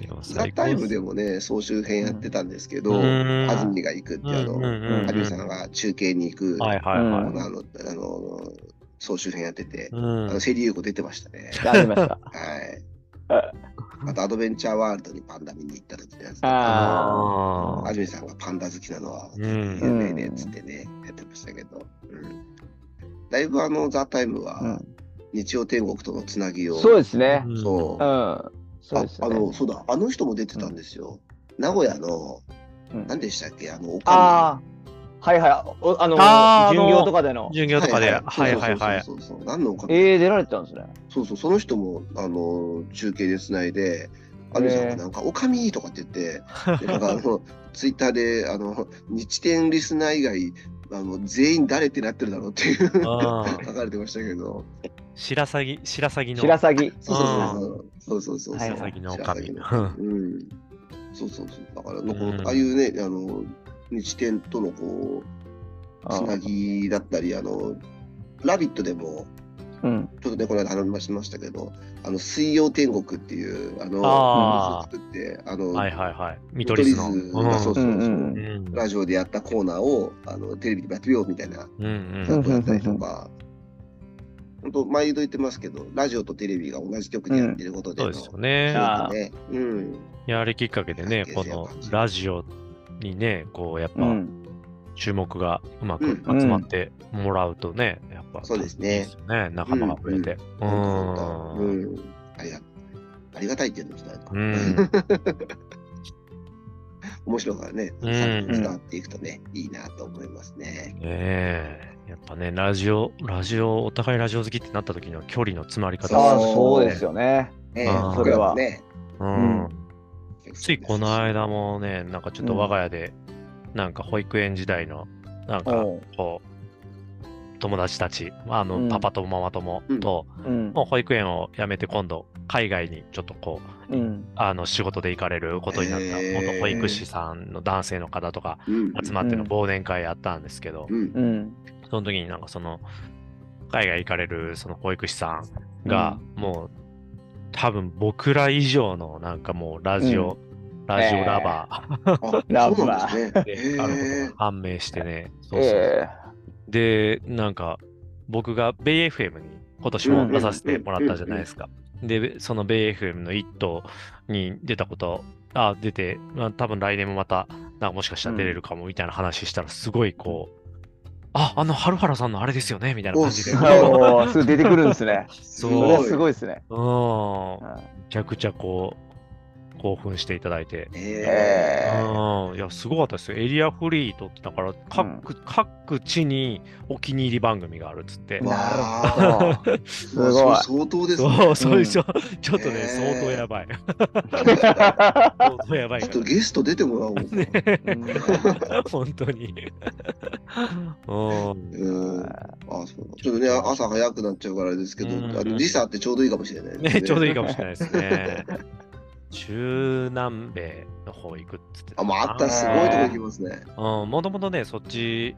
[SPEAKER 3] いや
[SPEAKER 1] ザ・タイムで
[SPEAKER 3] も
[SPEAKER 1] もね総集編やってたんですけど、
[SPEAKER 3] うん
[SPEAKER 1] 安住が行くっていうあの、
[SPEAKER 3] うんうんうん
[SPEAKER 1] 安住さんが中継に行く、
[SPEAKER 3] はいはいは
[SPEAKER 1] あ
[SPEAKER 3] い。
[SPEAKER 1] のあのあの総集編やってて、
[SPEAKER 3] うん
[SPEAKER 1] あのセリ優子出てましたね。
[SPEAKER 2] ありました。
[SPEAKER 1] はい
[SPEAKER 2] *laughs* あ。
[SPEAKER 1] あとアドベンチャーワールドにパンダ見に行った時のやつと
[SPEAKER 2] あ
[SPEAKER 1] か、
[SPEAKER 3] あ
[SPEAKER 1] 安住さんがパンダ好きなのは
[SPEAKER 3] うん
[SPEAKER 1] 有名ねっつってね、やってましたけど、うん、だいぶあの「ザ・タイム
[SPEAKER 2] う
[SPEAKER 1] は
[SPEAKER 2] ん
[SPEAKER 1] 日曜天国とのつなぎを、
[SPEAKER 2] そうですね。
[SPEAKER 3] ー。
[SPEAKER 1] そう
[SPEAKER 2] う、ん。そうです
[SPEAKER 1] ああ
[SPEAKER 2] ね
[SPEAKER 1] の。そうだあの人も出てたんですよ、名古屋の
[SPEAKER 2] うん
[SPEAKER 1] 何でしたっけあのおか
[SPEAKER 2] ああ、はいはい。おあの
[SPEAKER 3] あーあ、の
[SPEAKER 2] 巡業とかでの。
[SPEAKER 3] 巡
[SPEAKER 1] み
[SPEAKER 3] 業とかで、はいはいはい。
[SPEAKER 1] そうそうそうそう何のおかみ
[SPEAKER 2] ええ、出られてたんですね。
[SPEAKER 1] そうそうその人もあの中継でつないでアルさんがなんか「おかみ!」とかって言ってでなんかあのツイッターであの日天リスナー以外あの全員誰ってなってるだろうっていう書
[SPEAKER 3] あー
[SPEAKER 1] かれてましたけど
[SPEAKER 3] 白鷺、白鷺の。
[SPEAKER 2] 白鷺。
[SPEAKER 1] そうそうそうそうそうそう
[SPEAKER 2] はい
[SPEAKER 1] そう
[SPEAKER 2] はい
[SPEAKER 3] 鷺の狼
[SPEAKER 1] 白鷺うんそうそうそうだからなんか
[SPEAKER 3] うん
[SPEAKER 1] ああいうねあの日天とのこうつなぎだったりあの「ラビット!」でも
[SPEAKER 2] うん。
[SPEAKER 1] ちょっとね、この間話しましたけど、あの水曜天国っていう、あの、
[SPEAKER 3] あー
[SPEAKER 1] 作って、あの、
[SPEAKER 3] はいはいはい。見
[SPEAKER 1] 見
[SPEAKER 3] 取り図の。
[SPEAKER 1] 取り図がそうそうそう、
[SPEAKER 2] うんうん
[SPEAKER 3] うんうん
[SPEAKER 1] ラジオでやったコーナーをあのテレビでやってみようみたいな
[SPEAKER 3] う
[SPEAKER 1] こ
[SPEAKER 3] ん
[SPEAKER 1] とやったりとか、本当、毎度言ってますけど、ラジオとテレビが同じ曲でやってることで
[SPEAKER 3] そう
[SPEAKER 1] の、
[SPEAKER 3] ですよね。
[SPEAKER 1] なんかね、うん、
[SPEAKER 3] いやあれきっかけでね、このラジオにね、こうやっ
[SPEAKER 2] う
[SPEAKER 3] ぱ
[SPEAKER 2] ん。
[SPEAKER 3] 注目がうま
[SPEAKER 1] う
[SPEAKER 3] く
[SPEAKER 1] ん
[SPEAKER 3] 集まってもらうとね、やっぱ
[SPEAKER 1] そうですね
[SPEAKER 3] いいよね仲間が増えて。う。
[SPEAKER 1] 本当本当うんん、ありがありがたいっていうのも伝えた、
[SPEAKER 3] うん。
[SPEAKER 1] *laughs* 面白いからね、
[SPEAKER 3] うん
[SPEAKER 1] 伝わっていくとね、いいなと思いますね。
[SPEAKER 3] ねえやっぱね、ラジオ、ラジオ、お互いラジオ好きってなった時の距離の詰まり方
[SPEAKER 2] ああ、
[SPEAKER 1] ー
[SPEAKER 2] そうですよね。
[SPEAKER 1] ね
[SPEAKER 3] あー
[SPEAKER 1] 僕らもね、
[SPEAKER 3] うん
[SPEAKER 2] うん。
[SPEAKER 3] ついこの間もね、なんかちょっと我が家で、なんか保育園時代の、なんか
[SPEAKER 2] おう
[SPEAKER 3] こう、友達たち、あの、
[SPEAKER 2] うん
[SPEAKER 3] パパとママ友と、
[SPEAKER 2] うん。
[SPEAKER 3] もう保育園を辞めて今度、海外にちょっとこう、
[SPEAKER 2] うん。
[SPEAKER 3] あの、仕事で行かれることになった、
[SPEAKER 1] へー
[SPEAKER 3] 元保育士さんの男性の方とか
[SPEAKER 1] うん
[SPEAKER 3] 集まっての忘年会やったんですけど、
[SPEAKER 1] うん
[SPEAKER 2] うん。
[SPEAKER 3] その時になんかその、海外行かれるその保育士さんが、もう、多分僕ら以上のなんかもうラジオ、ラジオラバ
[SPEAKER 1] あそうなんですね。
[SPEAKER 3] ーであること
[SPEAKER 1] へ
[SPEAKER 3] が判明してね。そうそうそう
[SPEAKER 2] え
[SPEAKER 3] で、なんか、僕がベイ FM に今年も出させてもらったじゃないですか。で、そのベイ FM の一頭に出たこと、あ、出て、まあ、多分来年もまた、なんかもしかしたら出れるかもみたいな話したら、すごいこう、あ、あの、春原さんのあれですよねみたいな感じで。
[SPEAKER 1] お
[SPEAKER 2] え
[SPEAKER 1] すごい
[SPEAKER 2] お
[SPEAKER 3] うん *laughs*
[SPEAKER 2] ーすぐ出てくるんですね。
[SPEAKER 1] す
[SPEAKER 2] そ
[SPEAKER 3] ご
[SPEAKER 1] い
[SPEAKER 2] れはすごいですね。
[SPEAKER 3] め
[SPEAKER 2] うん
[SPEAKER 3] ちゃくちゃこう、興奮していただいて。
[SPEAKER 1] え
[SPEAKER 2] えー
[SPEAKER 3] うん、いや、すごかったですよ。エリアフリーとって、だから各、各地にお気に入り番組があるっつって。
[SPEAKER 1] わ
[SPEAKER 2] なるほど。
[SPEAKER 1] す
[SPEAKER 2] ごい
[SPEAKER 1] 相当ですね。
[SPEAKER 3] *laughs* そう、そうでしょ。ちょっと
[SPEAKER 1] へ
[SPEAKER 3] ね、
[SPEAKER 1] ー
[SPEAKER 3] 相当
[SPEAKER 1] *laughs*
[SPEAKER 3] やばい。
[SPEAKER 1] ち
[SPEAKER 3] 相当やばい
[SPEAKER 1] ょっ
[SPEAKER 3] か
[SPEAKER 1] とゲスト出てもらおうか。
[SPEAKER 3] *laughs* ら。本当に。うん。
[SPEAKER 1] うん。あ、そう。ちょっとね、朝早くなっちゃうからあれですけど、
[SPEAKER 3] うん
[SPEAKER 1] あの時差あってちょうどいいかもしれないです
[SPEAKER 3] ね、ちょうどいいかもしれないですね。中南米の方行くっつって
[SPEAKER 1] あ、
[SPEAKER 3] な
[SPEAKER 1] まあ、あったらすごいとこ行きますね。
[SPEAKER 3] うん、もともとね、そっち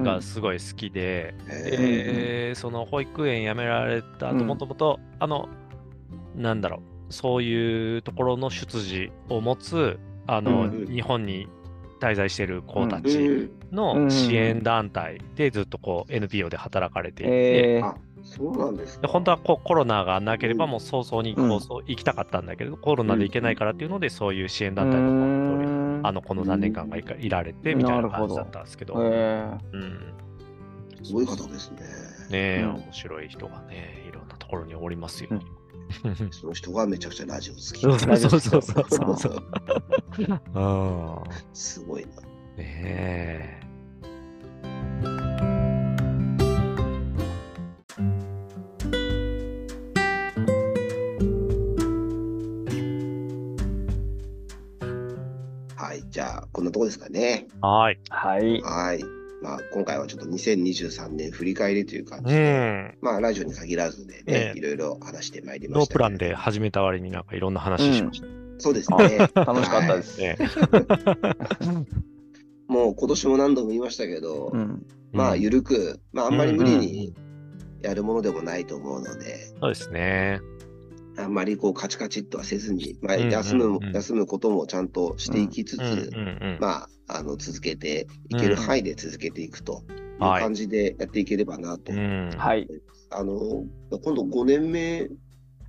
[SPEAKER 3] がすごい好きで、
[SPEAKER 1] へ
[SPEAKER 3] で、その保育園辞められた後、
[SPEAKER 2] うん
[SPEAKER 3] もともと、あの、なんだろう、そういうところの出自を持つ、あの、
[SPEAKER 1] うん
[SPEAKER 3] 日本に滞在してる子た
[SPEAKER 1] え
[SPEAKER 3] ち
[SPEAKER 1] うん
[SPEAKER 2] う
[SPEAKER 3] の
[SPEAKER 2] ん
[SPEAKER 3] 支援団体でずっとこう NPO で働かれていて、
[SPEAKER 2] えー
[SPEAKER 1] あ、そうなんです
[SPEAKER 3] で
[SPEAKER 1] か。
[SPEAKER 3] 本当はこうコロナがなければ
[SPEAKER 1] うん
[SPEAKER 3] もう早々にこう、
[SPEAKER 2] うん
[SPEAKER 3] そう行きたかったんだけど、コロナで行けないからっていうので、そういう支援団体
[SPEAKER 2] う
[SPEAKER 3] の方に
[SPEAKER 2] ーん
[SPEAKER 3] あのこの何年間かいかいられてみたいな感じだったんですけど、
[SPEAKER 2] えー
[SPEAKER 3] うん、
[SPEAKER 1] すごい方ですね。
[SPEAKER 3] ねえ、
[SPEAKER 2] うん
[SPEAKER 3] 面白い人がね、いろんなところにおりますよ。
[SPEAKER 2] うん
[SPEAKER 1] その人がめちゃくちゃラジオ好き。
[SPEAKER 3] そうそうそうそ
[SPEAKER 2] そ
[SPEAKER 3] うそうそう
[SPEAKER 2] う
[SPEAKER 3] そ。
[SPEAKER 2] そう
[SPEAKER 3] あ
[SPEAKER 1] すごいな。
[SPEAKER 3] あ、ねえ。
[SPEAKER 1] はい、じゃあ、こんなとこですかね。
[SPEAKER 3] はい。
[SPEAKER 2] はい。
[SPEAKER 1] はい。まあ、今回はちょっと2023年振り返りという感
[SPEAKER 3] う
[SPEAKER 1] じで、
[SPEAKER 3] ん。
[SPEAKER 1] まあ、ラジオに限らずでね
[SPEAKER 3] え、え
[SPEAKER 1] いろいろ話してまいりま
[SPEAKER 3] ノ
[SPEAKER 1] し
[SPEAKER 3] ー
[SPEAKER 1] た。
[SPEAKER 3] プラン。で始めた割になんかいろんな話しました
[SPEAKER 1] そうですね。
[SPEAKER 2] 楽しかったです。
[SPEAKER 3] ね。
[SPEAKER 1] もう今年も何度も言いましたけど、
[SPEAKER 2] うん。
[SPEAKER 1] まあ、
[SPEAKER 3] うん
[SPEAKER 1] ゆるく、まあ、あんまり無理にやるものでもないと思うので、
[SPEAKER 3] そうですね。
[SPEAKER 1] あんまりこう、カチカチっとはせずに、まあ、
[SPEAKER 3] うんうんうん
[SPEAKER 1] 休む、休むこともちゃんとしていきつ
[SPEAKER 3] うんうん
[SPEAKER 1] つ、
[SPEAKER 3] うん。
[SPEAKER 1] まあ、あの、続けていける範囲で続けていくという
[SPEAKER 3] はい
[SPEAKER 1] 感じでやっていければなと。
[SPEAKER 3] うん
[SPEAKER 2] はい。
[SPEAKER 1] あの、今度5年目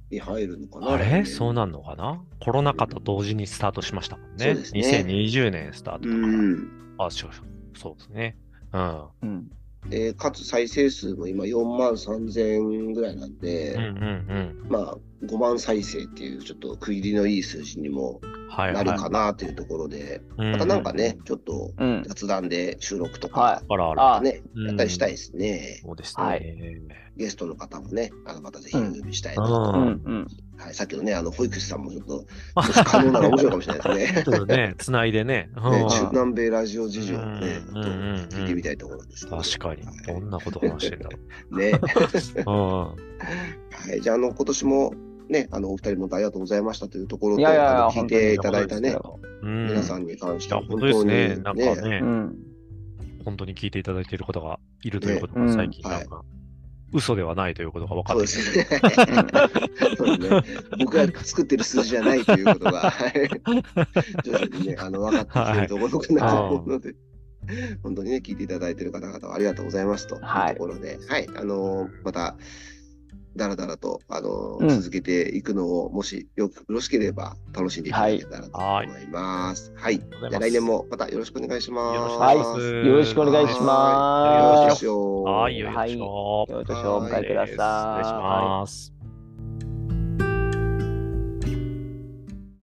[SPEAKER 1] に入るのかな
[SPEAKER 3] あれそう
[SPEAKER 1] な
[SPEAKER 3] なんのかなコロナ禍と同時にスタートしましたもん
[SPEAKER 1] そ
[SPEAKER 3] ね。
[SPEAKER 1] うですね
[SPEAKER 3] 2020年スタート
[SPEAKER 1] う
[SPEAKER 3] だから。
[SPEAKER 1] ん。
[SPEAKER 3] あ、そうそうですね。うん。
[SPEAKER 2] うん。
[SPEAKER 1] で、かつ再生数も今4万3000ぐらいなんで、
[SPEAKER 3] うんうん
[SPEAKER 1] まあ、5万再生っていうちょっと区切りのいい数字にも
[SPEAKER 3] うん。はいは。
[SPEAKER 1] ないるかなというところで、また
[SPEAKER 3] う
[SPEAKER 1] なんか。ね、ちょっと
[SPEAKER 2] うん。
[SPEAKER 1] 雑談で収録と
[SPEAKER 2] は
[SPEAKER 1] か
[SPEAKER 2] い、
[SPEAKER 3] あらあら。
[SPEAKER 2] あ、
[SPEAKER 1] ね、
[SPEAKER 3] うん
[SPEAKER 1] やったりしたいですね。
[SPEAKER 3] そうです
[SPEAKER 2] は
[SPEAKER 3] ね。
[SPEAKER 1] ゲストの方もね、あのまたぜひお呼びしたいな
[SPEAKER 2] う
[SPEAKER 1] と
[SPEAKER 3] うん
[SPEAKER 2] うん。
[SPEAKER 1] はい、さっきのね、あの保育士さんもちょっと、もし可能なら面白いかもしれないですね。
[SPEAKER 3] ちょっ
[SPEAKER 1] *laughs*
[SPEAKER 3] とね、つないでね。うん
[SPEAKER 1] ね中南米ラジオ事情をね、ちょっ
[SPEAKER 3] うんう
[SPEAKER 1] と
[SPEAKER 3] んうんうん
[SPEAKER 1] 聞いてみたいところです、ね。
[SPEAKER 3] 確かに
[SPEAKER 1] は。
[SPEAKER 3] どんなこと話してんだろ
[SPEAKER 1] い、ね、
[SPEAKER 3] う。
[SPEAKER 1] はい、じゃあ、あの、今年もね、あの、お二人もありがとうございましたというところと、
[SPEAKER 2] いやいやいや
[SPEAKER 1] あの聞いていただいたね、
[SPEAKER 3] うん。
[SPEAKER 1] 皆さ
[SPEAKER 3] ん。い
[SPEAKER 1] んに関して
[SPEAKER 3] や、
[SPEAKER 1] は本
[SPEAKER 3] 本当で
[SPEAKER 1] 当
[SPEAKER 3] す
[SPEAKER 1] に
[SPEAKER 3] ね。
[SPEAKER 1] ね、
[SPEAKER 3] なんかね
[SPEAKER 2] う、ん。
[SPEAKER 3] 本当に聞いていただいている方がいるということ
[SPEAKER 2] ねう
[SPEAKER 3] が
[SPEAKER 2] ん
[SPEAKER 3] 最近、なんか、嘘ではないということが分か
[SPEAKER 1] そ
[SPEAKER 3] っ
[SPEAKER 1] う
[SPEAKER 3] て
[SPEAKER 1] で
[SPEAKER 3] きて。
[SPEAKER 1] す
[SPEAKER 3] *laughs*
[SPEAKER 1] ね。そうですね。僕が作ってる数字じゃないということが、はい
[SPEAKER 3] *laughs*
[SPEAKER 1] 徐々にね、あの、分かってきてるところかなと思うので、本当にね、聞いていただいてる方々はありがとうございますという
[SPEAKER 2] はい
[SPEAKER 1] ところで、はい、あのーまた、だらだらと、あのー
[SPEAKER 2] うん
[SPEAKER 1] 続けていくのを、もしよよろしければ、楽しんでいただけたらと思います。はい。
[SPEAKER 3] ありがとうご
[SPEAKER 1] じ
[SPEAKER 3] ざ
[SPEAKER 1] ゃあ
[SPEAKER 3] います
[SPEAKER 1] 来年もまたよろしくお願いします。
[SPEAKER 3] よろしくお
[SPEAKER 2] 願いし
[SPEAKER 3] ます
[SPEAKER 2] よろしくお願いします。
[SPEAKER 1] よろしくお願いします
[SPEAKER 3] はい、よいしょ。
[SPEAKER 2] よいしょ、お迎えください。
[SPEAKER 3] 失礼します。